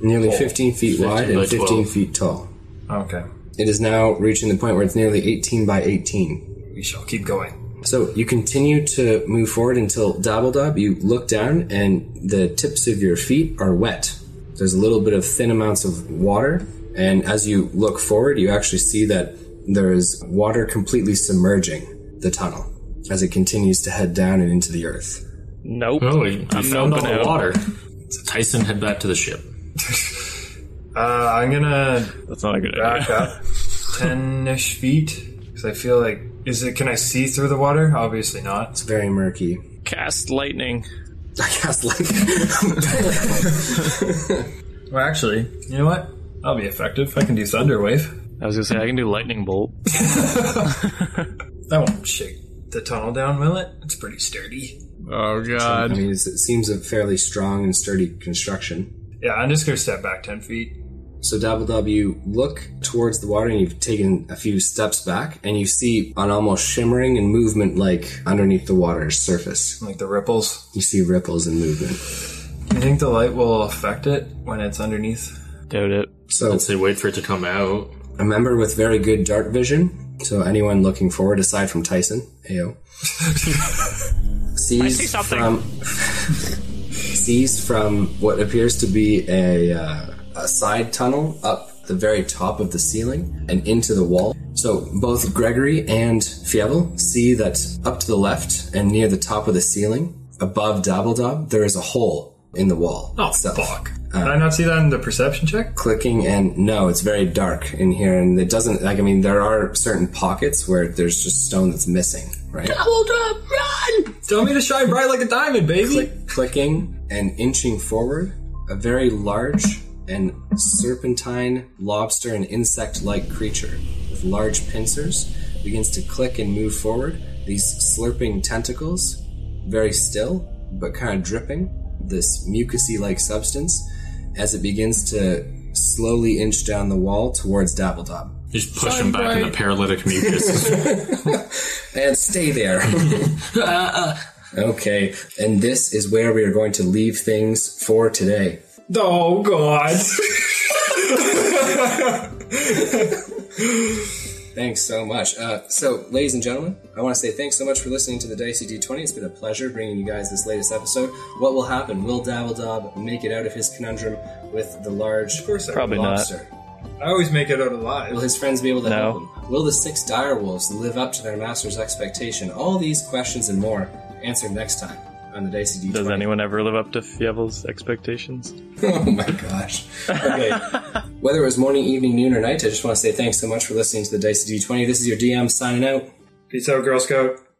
Speaker 2: Nearly 15 feet wide
Speaker 3: by
Speaker 2: and 15
Speaker 3: 12.
Speaker 2: feet tall.
Speaker 5: Okay,
Speaker 2: It is now reaching the point where it's nearly 18 by 18.
Speaker 5: we shall keep going.
Speaker 2: So you continue to move forward until Dabbledob, you look down and the tips of your feet are wet. There's a little bit of thin amounts of water, and as you look forward, you actually see that there is water completely submerging the tunnel as it continues to head down and into the earth.
Speaker 1: Nope.
Speaker 3: Oh, you
Speaker 1: I'm
Speaker 3: found all
Speaker 1: not
Speaker 3: the
Speaker 1: out.
Speaker 3: water. So Tyson, head back to the ship.
Speaker 5: Uh, I'm gonna
Speaker 1: That's not a good
Speaker 5: back
Speaker 1: idea.
Speaker 5: up ten ish feet because I feel like is it? Can I see through the water? Obviously not.
Speaker 2: It's very murky.
Speaker 1: Cast lightning.
Speaker 2: I cast like
Speaker 5: Well, actually, you know what? I'll be effective. I can do thunder wave.
Speaker 1: I was gonna say I can do lightning bolt.
Speaker 5: That won't shake the tunnel down, will it? It's pretty sturdy.
Speaker 4: Oh
Speaker 2: I
Speaker 4: god.
Speaker 2: mean, it's, it seems a fairly strong and sturdy construction.
Speaker 5: Yeah, I'm just gonna step back ten feet.
Speaker 2: So Dabbledob, you look towards the water and you've taken a few steps back and you see an almost shimmering and movement like underneath the water's surface.
Speaker 5: Like the ripples.
Speaker 2: You see ripples and movement.
Speaker 5: You think the light will affect it when it's underneath?
Speaker 1: Doubt it.
Speaker 2: So
Speaker 3: So wait for it to come out.
Speaker 2: remember with very good dark vision, so anyone looking forward aside from Tyson, Ayo. sees
Speaker 1: see something.
Speaker 2: from sees from what appears to be a, uh, a side tunnel up the very top of the ceiling and into the wall. So both Gregory and Fievel see that up to the left and near the top of the ceiling, above Dabbledob, there is a hole in the wall.
Speaker 5: Oh,
Speaker 2: itself.
Speaker 5: fuck. Did I not see that in the perception check?
Speaker 2: Clicking and no, it's very dark in here, and it doesn't like. I mean, there are certain pockets where there's just stone that's missing, right?
Speaker 5: Tell me to shine bright like a diamond, baby!
Speaker 2: click, clicking and inching forward, a very large and serpentine lobster and insect like creature with large pincers begins to click and move forward. These slurping tentacles, very still but kind of dripping, this mucousy like substance as it begins to slowly inch down the wall towards Dabbledob.
Speaker 3: Just push him back in the paralytic mucus.
Speaker 2: And stay there. okay, and this is where we are going to leave things for today.
Speaker 5: Oh, God.
Speaker 2: Thanks so much. Uh, so, ladies and gentlemen, I want to say thanks so much for listening to the Dicey D20. It's been a pleasure bringing you guys this latest episode. What will happen? Will Dabbledob make it out of his conundrum with the large
Speaker 5: course I
Speaker 1: Probably not.
Speaker 2: lobster?
Speaker 5: I always make it out alive.
Speaker 2: Will his friends be able to
Speaker 1: No.
Speaker 2: help him? Will the six dire wolves live up to their master's expectation? All these questions and more answered next time on the Dicey D20.
Speaker 1: Does anyone ever live up to Fievel's expectations?
Speaker 2: Oh my gosh. Okay. Whether it was morning, evening, noon, or night, I just want to say thanks so much for listening to the Dicey D20. This is your DM signing out.
Speaker 5: Peace out, Girl Scout.